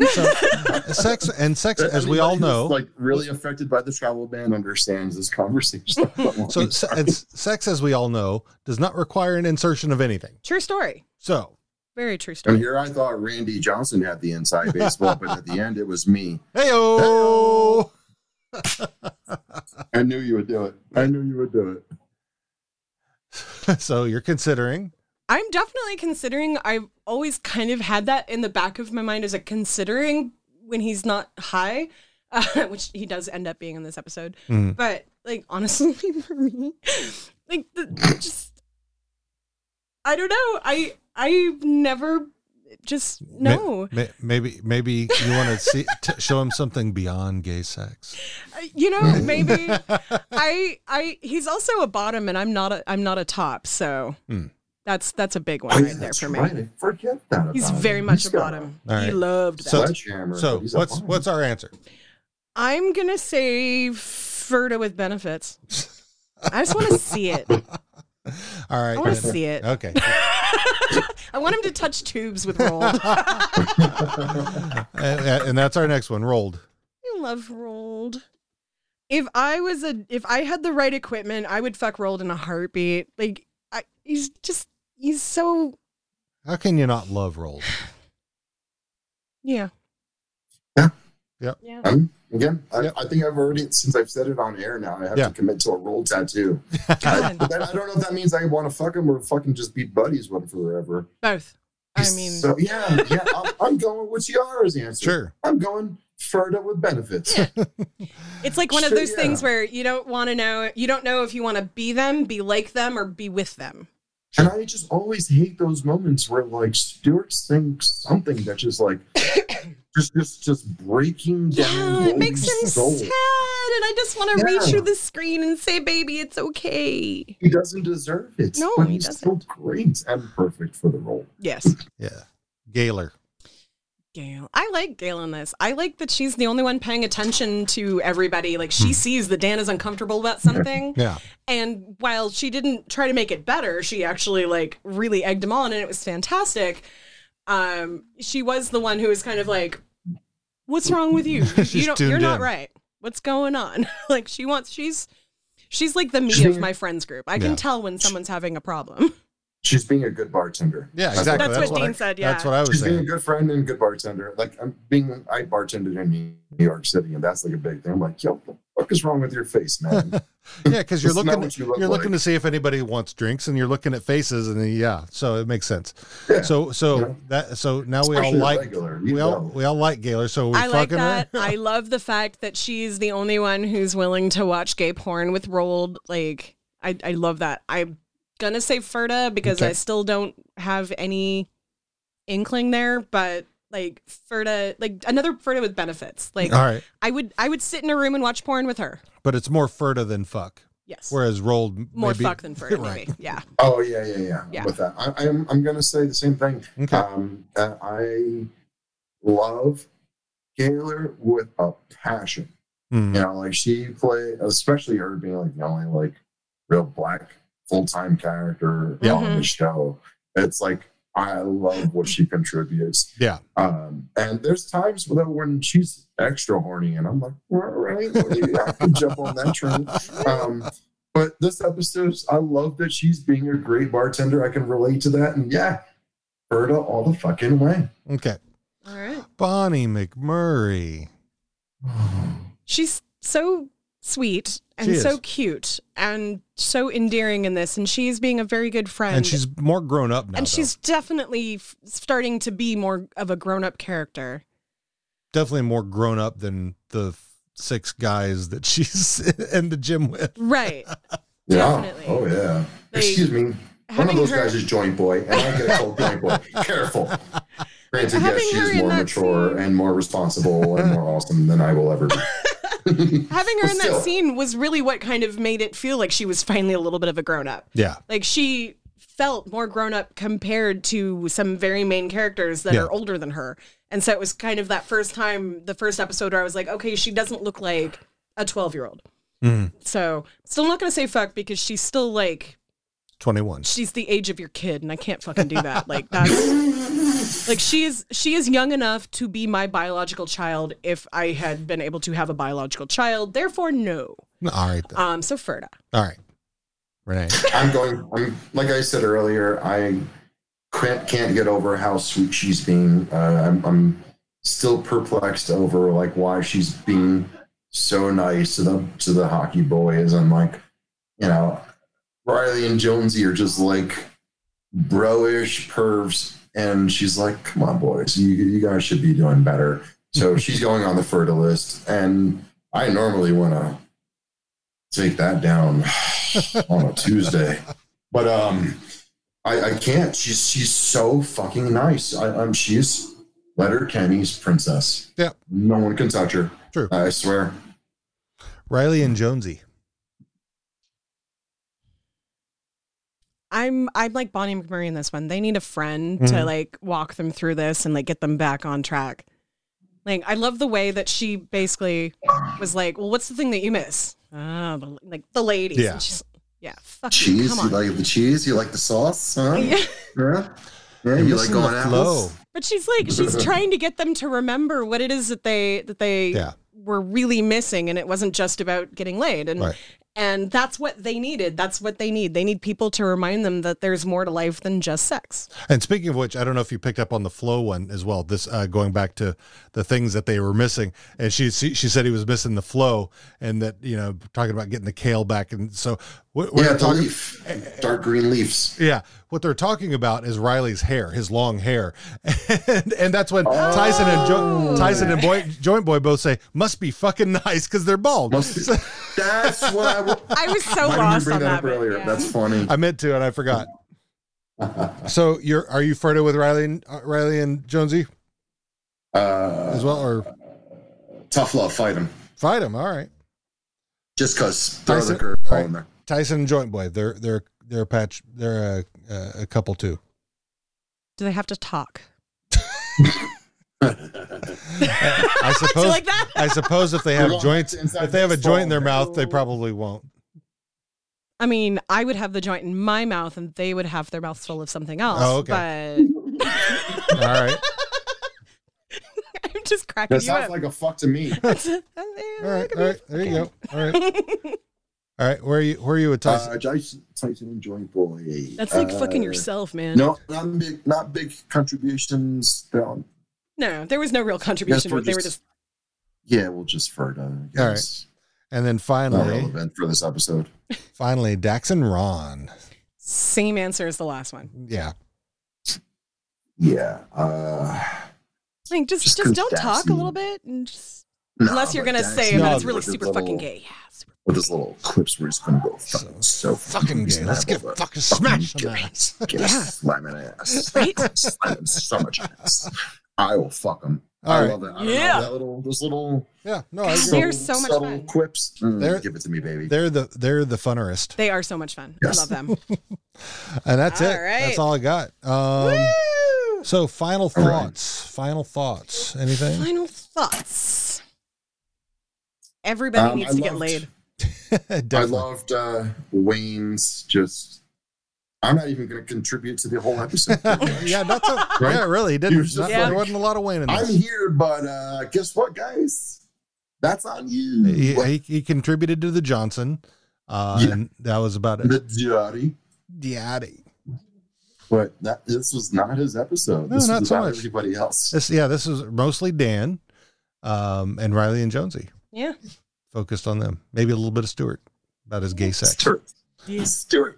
sex and sex, as we all
Anybody who's,
know,
like really affected by the travel ban understands this conversation.
so se- and s- sex, as we all know, does not require an insertion of anything.
True story.
So
Very true
and
story.
here I thought Randy Johnson had the inside baseball, but at the end it was me.
Heyo.
I knew you would do it. I knew you would do it.
so you're considering
I'm definitely considering I've always kind of had that in the back of my mind as a considering when he's not high, uh, which he does end up being in this episode.
Mm.
But like honestly for me, like the, just I don't know. I I've never just
ma-
no.
ma- maybe maybe you want to see t- show him something beyond gay sex.
you know maybe i i he's also a bottom and i'm not a i'm not a top so
Hmm.
that's that's a big one
Oh, yeah,
right there
that's
for me
right. I forget that.
he's
about
very
him.
much
He's
a
got
bottom
All
he
right.
loved that
So,
sledgehammer,
so
but he's a
what's
bottom.
what's our answer?
i'm gonna say Ferda with benefits i just want to see it
All right,
I wanna
good.
see it.
Okay,
i want him to touch tubes with rolled
and, and that's our next one. Rolled.
I love rolled. If I was a, if I had the right equipment, I would fuck rolled in a heartbeat. Like, I, he's just, he's so,
How can you not love rolled?
yeah.
Yep.
Yeah.
Um, again, I, I think I've already, since I've said it on air now, I have
Yeah.
to commit to a roll tattoo. I, but then I don't know if that means I want to fuck him or fucking just be buddies with him forever.
Both. I mean,
So, yeah, yeah, I'm, I'm going with Ciara's answer.
Sure.
I'm going further with benefits.
it's like one of
Sure,
those things
yeah.
where you don't want to know, you don't know if you want to be them, be like them, or be with them.
And I just always hate those moments where like Stuart's saying something that just like just just just breaking down.
Yeah, it makes him
Goldie's soul.
sad, and I just want to reach
Yeah.
through the screen and say, "Baby, it's okay."
He doesn't deserve it.
No,
but
he
he's so great and perfect for the role.
Yes,
Yeah. Gaylor.
Gail. I like Gail in this. I like that she's the only one paying attention to everybody. Like
Hmm.
she sees that Dan is uncomfortable about something.
Yeah.
And while she didn't try to make it better, she actually like really egged him on and it was fantastic. Um, she was the one who was kind of like, What's wrong with you? You-
She's
you don't, you're
tuned
not
in.
right. What's going on? like she wants she's she's like the me
She-
of my friends group. I can
Yeah.
tell when someone's having a problem.
She's being a good bartender.
Yeah,
exactly. That's That's what what Dean I- said, that's yeah. what I was
She's being
saying.
a good friend and good bartender. Like I'm being, I bartended in New York City, and that's like a big thing. I'm like, yo, what the fuck is wrong with your face, man?
Yeah, because you're
It's not
looking
what you
you
look
are looking
like.
to see if anybody wants drinks and you're looking at faces and then, yeah, so it makes sense. So so that so now we all
Especially a
like
regular, you
we all
know.
we all like Gaylor, so we're
I like
fucking
that.
her.
I love the fact that she's the only one who's willing to watch gay porn with rolled like I, I love that. I'm gonna say Ferda because I
Okay.
still don't have any inkling there, but like Ferda like another Ferda with benefits. Like
All right.
I would I would sit in a room and watch porn with her.
But it's more Ferta than fuck.
Yes.
Whereas rolled
More
maybe-
fuck than Ferda, maybe. Yeah.
Oh yeah, yeah, yeah.
Yeah.
With that, I, I'm I'm gonna say the same thing. Um, uh, I love Gaylor with a passion.
Mhm.
You know, like she play, especially her being like the only like real black full time character
Yeah.
on the show. It's like I love what she contributes.
Yeah.
Um, and there's times though when she's extra horny, and I'm like, all right, well, yeah, I can jump on that train. Um, but this episode, I love that she's being a great bartender. I can relate to that, and yeah, Berta all the fucking way.
Okay.
All right.
Bonnie McMurray.
She's so sweet
She
and
is.
so cute and so endearing in this and she's being a very good friend.
And she's more grown up now.
and
though.
she's definitely f- starting to be more of a grown-up character.
definitely more grown up than the f- six guys that she's in the gym with.
Right. Definitely.
Oh yeah.
Like,
Excuse me. One
having
of those
her-
guys is Joint Boy, and I get called Joint Boy. Careful. Granted,
Having
yes, she
her
is
in
more
that
mature and more responsible and more awesome than I will ever be.
Having her in that
Still.
scene was really what kind of made it feel like she was finally a little bit of a grown-up.
Yeah.
Like she felt more grown-up compared to some very main characters that
Yeah.
are older than her. And so it was kind of that first time, the first episode where I was like, okay, she doesn't look like a 12-year-old.
Mhm.
So still not going to say fuck because she's still like
21.
she's the age of your kid and I can't fucking do that. Like that's like she is she is young enough to be my biological child if I had been able to have a biological child. Therefore no.
All right. then.
Um so Ferda.
All right. Renee.
I'm going. I'm like I said earlier. I can't can't get over how sweet she's being. Uh, I'm, I'm still perplexed over like why she's being so nice to the to the hockey boys. I'm like, you know, Riley and Jonesy are just like bro-ish pervs, and she's like, come on, boys, you you guys should be doing better. So she's going on the fertile list, and I normally want to take that down on a Tuesday. But um, I, I can't. She's she's so fucking nice. I, um, she's Letter Kenny's princess.
Yeah.
No one can touch her.
True.
I swear.
Riley and Jonesy.
I'm I'm like Bonnie McMurray in this one. They need a friend to
Mhm.
like walk them through this and like get them back on track. Like I love the way that she basically was like, "Well, what's the thing that you miss?" Ah, the, like the ladies.
Yeah.
And she's, yeah. Fuck you,
Cheese.
Come
You
on.
like the cheese? You like the sauce? Huh?
Yeah.
Yeah. Yeah,
You're
you like
missing the
going out?
flow.
But she's like she's trying to get them to remember what it is that they that they
Yeah.
were really missing and it wasn't just about getting laid and
Right.
and that's what they needed. That's what they need. They need people to remind them that there's more to life than just sex.
And speaking of which, I don't know if you picked up on the flow one as well. This uh, going back to the things that they were missing, and she she she said he was missing the flow, and that you know talking about getting the kale back, and so what
Yeah,
we're
the
talking.
leaf. Dark green leaves.
Yeah, what they're talking about is Riley's hair, his long hair, and and that's when Tyson and jo- Tyson and
Oh.
Boy, Joint Boy both say must be fucking nice because they're bald. So-
That's what I. W-
I was so
Why
lost
did you bring
on
that
that.
up earlier? That's funny.
I meant to and I forgot. so you're are you flirting with Riley and uh, Riley and Jonesy?
Uh,
as well, or
tough love, fight him.
Fight him. All right.
Just cause throw the
Tyson-
curve
all right.
in there.
Tyson and Joint Boy. They're they're they're a patch. They're a, a, a couple too.
Do they have to talk?
I suppose.
like that?
I suppose if they have
We're going
joints,
back to inside
if they have a
baseball.
joint in their mouth, they probably won't.
I mean, I would have the joint in my mouth, and they would have their mouths full of something else.
Oh, okay. All right.
But I'm just cracking
That
you
sounds
up.
like a fuck to me.
All right. All right. There you go. All right. All right. Where are you? Where are you with Tyson?
Uh, Tyson, Tyson and Joint Boy.
That's like
Uh,
fucking yourself, man.
No, not big, not big contributions. um, No,
No, there was no real contribution.
we're
They were
just-
just
yeah, we'll just for it. Uh, I
All
guess.
right. And then
Not
finally,
relevant for this episode.
finally, Dax and Ron.
same answer as the last one.
Yeah.
Yeah. Uh,
Like, just just,
'cause
don't
that's
talk a
me.
little bit, and just
No,
unless you're
but
gonna
that's
say that
not
it's really
what the
super
little-
fucking gay. Yeah.
with his little clips where he's gonna go fucking so, fucking
gay. Let's get fucking smashed on that.
Get
Yeah.
yeah. slamming ass.
Right?
slamming so much ass. I will fuck him.
All
I
right.
love it. I don't
Yeah.
Know, that little, those little.
Yeah. No,
God,
agree.
they're so much
subtle
fun.
quips. Mm,
They're-
give it to me, baby.
They're the they're the funnerest,
They are so much fun.
Yes.
I love them.
and that's it.
All right.
That's all I got. Um, so final thoughts. Final thoughts. Anything?
Final thoughts. Everybody
Um,
needs
I
to get
loved-
laid.
I loved uh, Wayne's just. I'm not even going to contribute to the whole episode.
yeah, not so.
Right?
Yeah, really. he
He
Didn't
was just
not- there
like,
wasn't a lot of Wayne in
I'm
this.
here, but uh, guess what, guys? That's on you.
He, he, he contributed to the Johnson, uh,
Yeah.
and that was about
The
it.
Daddy.
Daddy.
But that this was not his episode.
No,
this
not
was
so
about
much.
everybody else.
This, yeah, this is mostly Dan, um, and Riley and Jonesy
Yeah.
focused on them. Maybe a little bit of Stewart about his gay sex.
Stuart.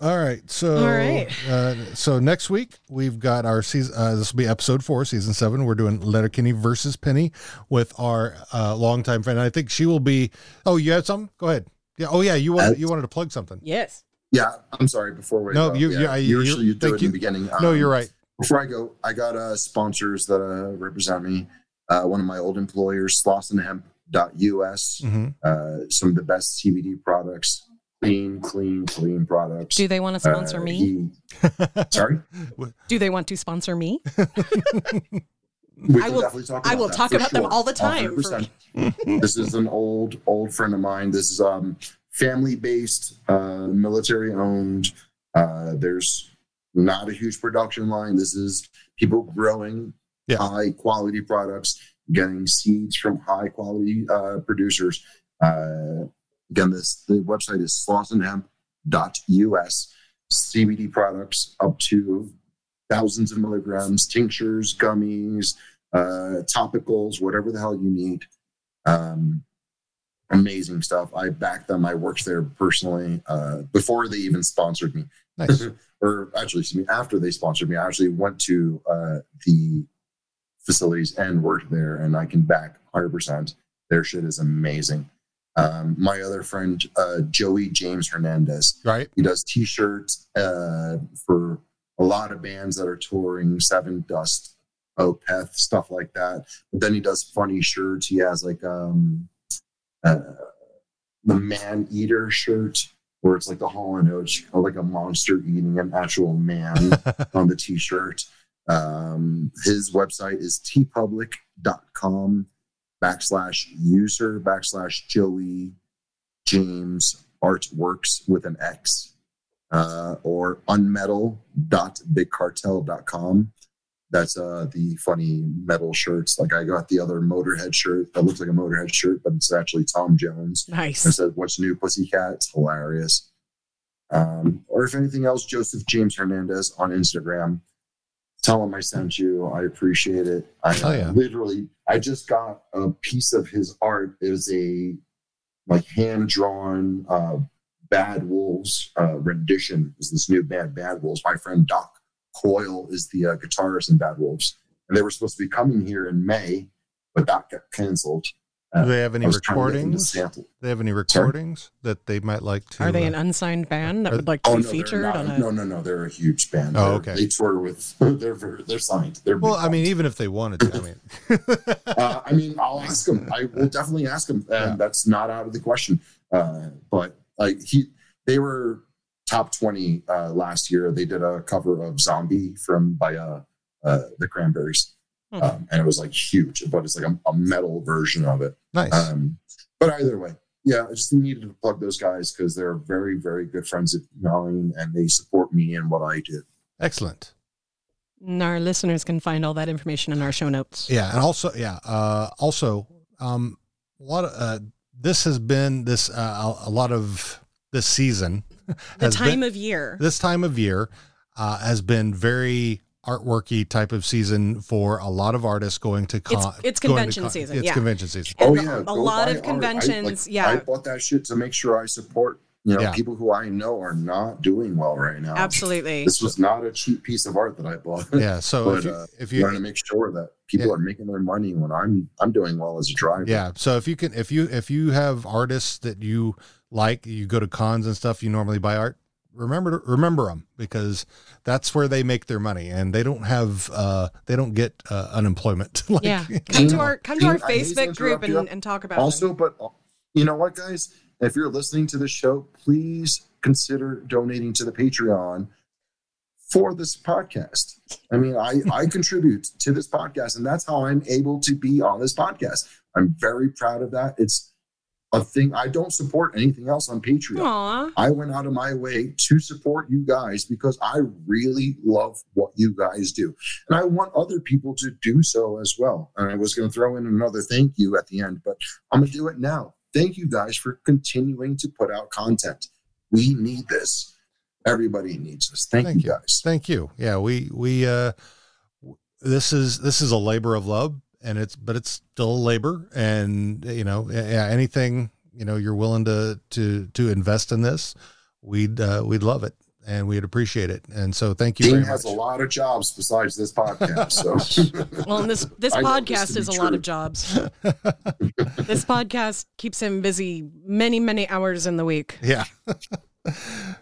All right, so
All right.
Uh, so next week we've got our season. Uh, this will be episode four, season seven. We're doing Letterkenny versus Penny with our uh, longtime friend. I think she will be. Oh, you had something? Go ahead. Yeah. Oh, yeah. You wanted you wanted to plug something.
Yes.
Uh, Yeah, I'm sorry. Before we
No,
go,
you-
yeah,
yeah, you-
usually you do
thank
it in
you.
the beginning.
no,
Um,
you're right.
Before I go, I got uh, sponsors that uh, represent me. Uh, one of my old employers, SlossenHemp.us.
Mhm.
Uh, some of the best CBD products, clean, clean, clean products.
Do they want to sponsor
Uh,
me?
he- sorry,
Do they want to sponsor me?
Mm-hmm.
we
I
can
will-
definitely talk
I
about
will
that,
talk
for
about them
sure.
all the time.
100%. this is an old, old friend of mine. This is um, family-based, uh, military-owned. Uh, there's not a huge production line. This is people growing
Yeah.
high-quality products, getting seeds from high-quality uh, producers. Uh, again, this the website is slossenhemp.us. CBD products up to thousands of milligrams, tinctures, gummies, uh, topicals, whatever the hell you need. Um, amazing stuff. I backed them. I worked there personally uh, before they even sponsored me.
Nice.
or actually, excuse me, after they sponsored me, I actually went to uh, the facilities and worked there, and I can back 100%. Their shit is amazing. Um, my other friend, uh, Joey James Hernandez,
Right.
he does t-shirts uh, for a lot of bands that are touring, Seven Dust, Opeth, stuff like that. But then he does funny shirts. He has like um, uh, the man eater shirt, where it's like the Hall and Oates, like a monster eating an actual man on the t-shirt. Um, his website is tpublic.com backslash user backslash Joey James Artworks with an X uh, or unmetal.bigcartel.com. That's uh, the funny metal shirts. Like I got the other Motorhead shirt that looks like a Motorhead shirt, but it's actually Tom Jones.
Nice.
And it says, What's new, Pussycat? It's hilarious. Um, or if anything else, Joseph James Hernandez on Instagram. Tell him I sent you. I appreciate it. I
Oh, yeah.
literally, I just got a piece of his art. It was a like hand drawn uh, Bad Wolves uh, rendition. Is this new band Bad Wolves? My friend Doc Coyle is the uh, guitarist in Bad Wolves, and they were supposed to be coming here in May, but that got canceled.
Do they have any
Uh, I was trying to get them to
recordings?
sample.
They have any
Sorry?
recordings that they might like to.
Are they
uh,
an unsigned band that would like to
Oh, no,
be
they're
featured
not.
on a?
No, no, no. They're a huge band.
Oh,
They're-
okay.
They tour with. They're ver- they're signed. They're
well,
big.
I mean, even if they wanted to, I mean,
uh, I mean, I'll ask him. I will definitely ask him, and that's not out of the question. Uh, but like he, they were top twenty uh, last year. They did a cover of "Zombie" from by uh, uh, the Cranberries,
Hmm.
um, and it was like huge. But it's like a, a metal version of it.
Nice.
Um, but either way, yeah, I just needed to plug those guys because they're very, very good friends of mine, and they support me in what I do.
excellent.
And Our listeners can find all that information in our show notes.
Yeah, and also yeah, uh, also um, a lot of uh, this has been this uh, a lot of this season.
The
has
time
been-
of year.
This time of year uh, has been very artworky type of season for a lot of artists going to con.
It's- it's
going to
convention season,
It's
yeah.
convention season.
Oh yeah,
a
go
lot
buy
of
art. I, like,
conventions, yeah.
I bought that shit to make sure I support. You know,
Yeah.
people who I know are not doing well right now.
Absolutely.
this was not a cheap piece of art that I bought.
Yeah, so
but,
if you-
uh,
if you-
want to make sure that people are making their money when I'm I'm doing well as a driver.
Yeah. So if you can, if you if you have artists that you like, you go to cons and stuff. You normally buy art. Remember to remember them because that's where they make their money, and they don't have uh they don't get uh, unemployment. like,
yeah, come to our come to our
I hate to
Facebook group
interrupt you.
and, and talk about
also,
them.
but uh, you know what, guys? If you're listening to this show, please consider donating to the Patreon for this podcast. I mean, I, I contribute to this podcast, and that's how I'm able to be on this podcast. I'm very proud of that. It's a thing I don't support anything else on Patreon.
Aw.
I went out of my way to support you guys because I really love what you guys do. And I want other people to do so as well. And I was going to throw in another thank you at the end, but I'm going to do it now. Thank you guys for continuing to put out content. We need this. Everybody needs this. Thank, you guys.
Thank you. Yeah, we we uh w- this is this is a labor of love and it's but it's still a labor and you know, yeah, anything, you know, you're willing to to to invest in this, we'd uh, we'd love it and we'd appreciate it. And so thank you
Dean
very
has
much.
a lot of jobs besides this podcast. So
Well, and this this
I know this
podcast
to
is a
be
lot
true.
of jobs. this podcast keeps him busy many many hours in the week,
Yeah.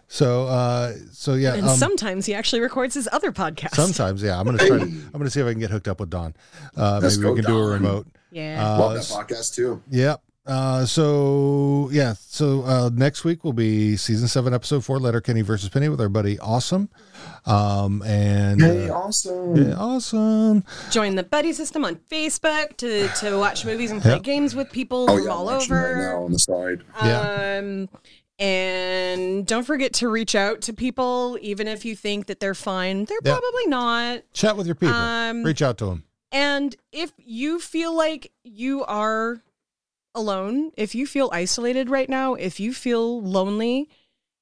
so uh so yeah,
and
um,
sometimes he actually records his other podcast.
sometimes yeah, I'm going to try to, I'm going to see if I can get hooked up with Don. Uh
Let's
maybe we
go,
can do a
Don.
remote.
Yeah.
Uh,
love that podcast too.
Yep. Uh, so yeah, so uh, next week will be season seven, episode four, Letter Kenny versus Penny with our buddy Awesome. Um, and
Hey,
uh,
awesome.
yeah, awesome.
Join the buddy system on Facebook to to watch movies and play
Yep.
games with people
Oh
from
yeah, I'm
all
watching
over.
right now on the side.
Yeah.
Um, and don't forget to reach out to people, even if you think that they're fine. They're
Yeah.
probably not.
Chat with your people.
Um,
Reach out to them.
And if you feel like you are alone, if you feel isolated right now, if you feel lonely,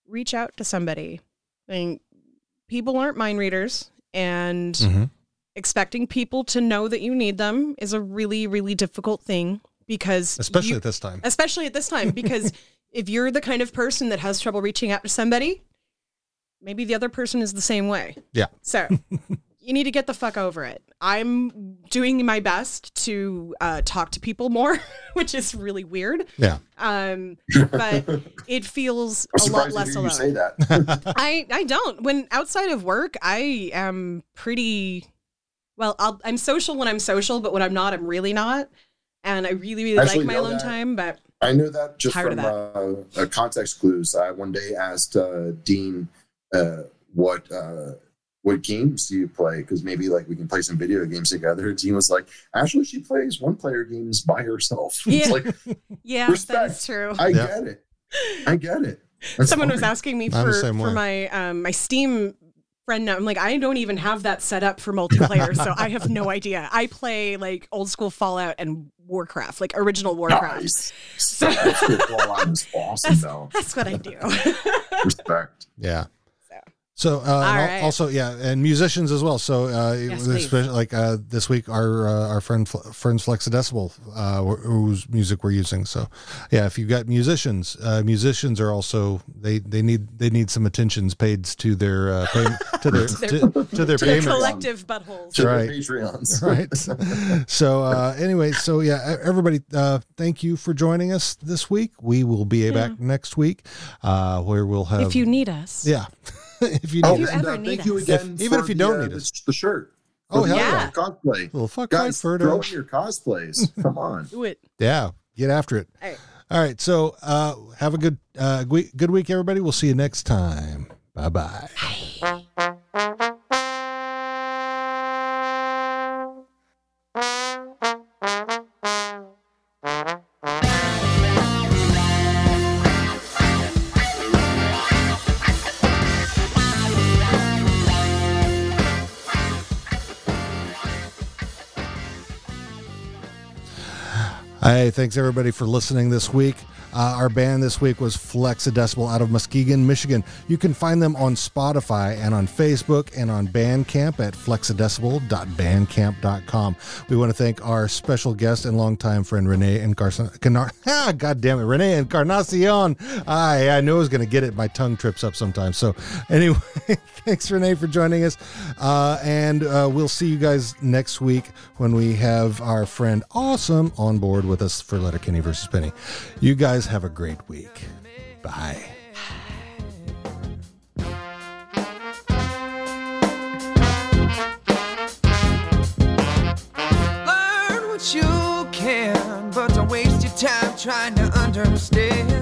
reach out to somebody. I mean, people aren't mind readers, and
Hmm.
expecting people to know that you need them is a really, really difficult thing because
Especially
you-
at this time.
especially at this time because if you're the kind of person that has trouble reaching out to somebody maybe the other person is the same way
Yeah.
so you need to get the fuck over it i'm doing my best to uh, talk to people more which is really weird
Yeah.
um, but it feels
I'm
a lot
surprised to
less
hear you
alone
say that.
I I don't. When outside of work, I am pretty well. I'll, I'm social when I'm social, but when I'm not, I'm really not. And I really really
Actually,
like my
no,
alone
that-
time, but
I know that just
Tired of
from Uh, uh, context clues. I one day asked uh, Dean uh, what uh, what games do you play because maybe like we can play some video games together. Dean was like, actually, she plays one player games by herself.
Yeah.
it's like
yeah, that is
respect.
true.
I get it. I get it.
Someone was asking me
I'm the
for
same
for
way.
my um my Steam friend now. I'm like, I don't even have that set up for multiplayer, so I have no idea. I play like old school Fallout and Warcraft, like original Warcraft.
Nice. So, that's cool. Well, I was awesome though.
That's what I do.
Respect.
Yeah. So, So uh, and
All
al-
right.
also yeah, and musicians as well. So uh, it
Yes,
was
please.
especially- like uh, this week, our uh, our friend Fl- friends Flexidecimal, uh, wh- whose music we're using. So yeah, if you've got musicians, uh, musicians are also they, they need they need some attentions paid to their uh, pay, to their to, to their payments.
collective buttholes.
To their Right.
Patreons.
Right. so uh, anyway, so yeah, e- everybody, uh, thank you for joining us this week. We will be back next week, uh, where we'll have
If you need us.
yeah, if you
Oh,
need
you
us.
ever need
thank you
us.
again.
If- even
for
if you
the,
don't
uh,
need
the,
us.
the shirt.
Oh,
For the,
hell
uh,
yeah.
Cosplay.
Little fuck
Guys,
Clyde Furdo.
throw in your cosplays. Come on.
Do it.
yeah, get after it.
All right.
All right. So uh, have a good uh, we- good week, everybody. We'll see you next time. Bye bye. Hey, thanks everybody for listening this week. Uh, our band this week was Flexidecimal out of Muskegon, Michigan. You can find them on Spotify and on Facebook and on Bandcamp at flexidecimal.bandcamp.com. We want to thank our special guest and longtime friend Renee Encarnacion. Canar- ah, God damn it, Renee Encarnacion. I, I knew I was going to get it. My tongue trips up sometimes. So, anyway, thanks, Renee, for joining us. Uh, and uh, we'll see you guys next week when we have our friend Awesome on board with us for Letterkenny versus Penny. You guys have a great week. Bye.
Learn what you can, but don't waste your time trying to understand.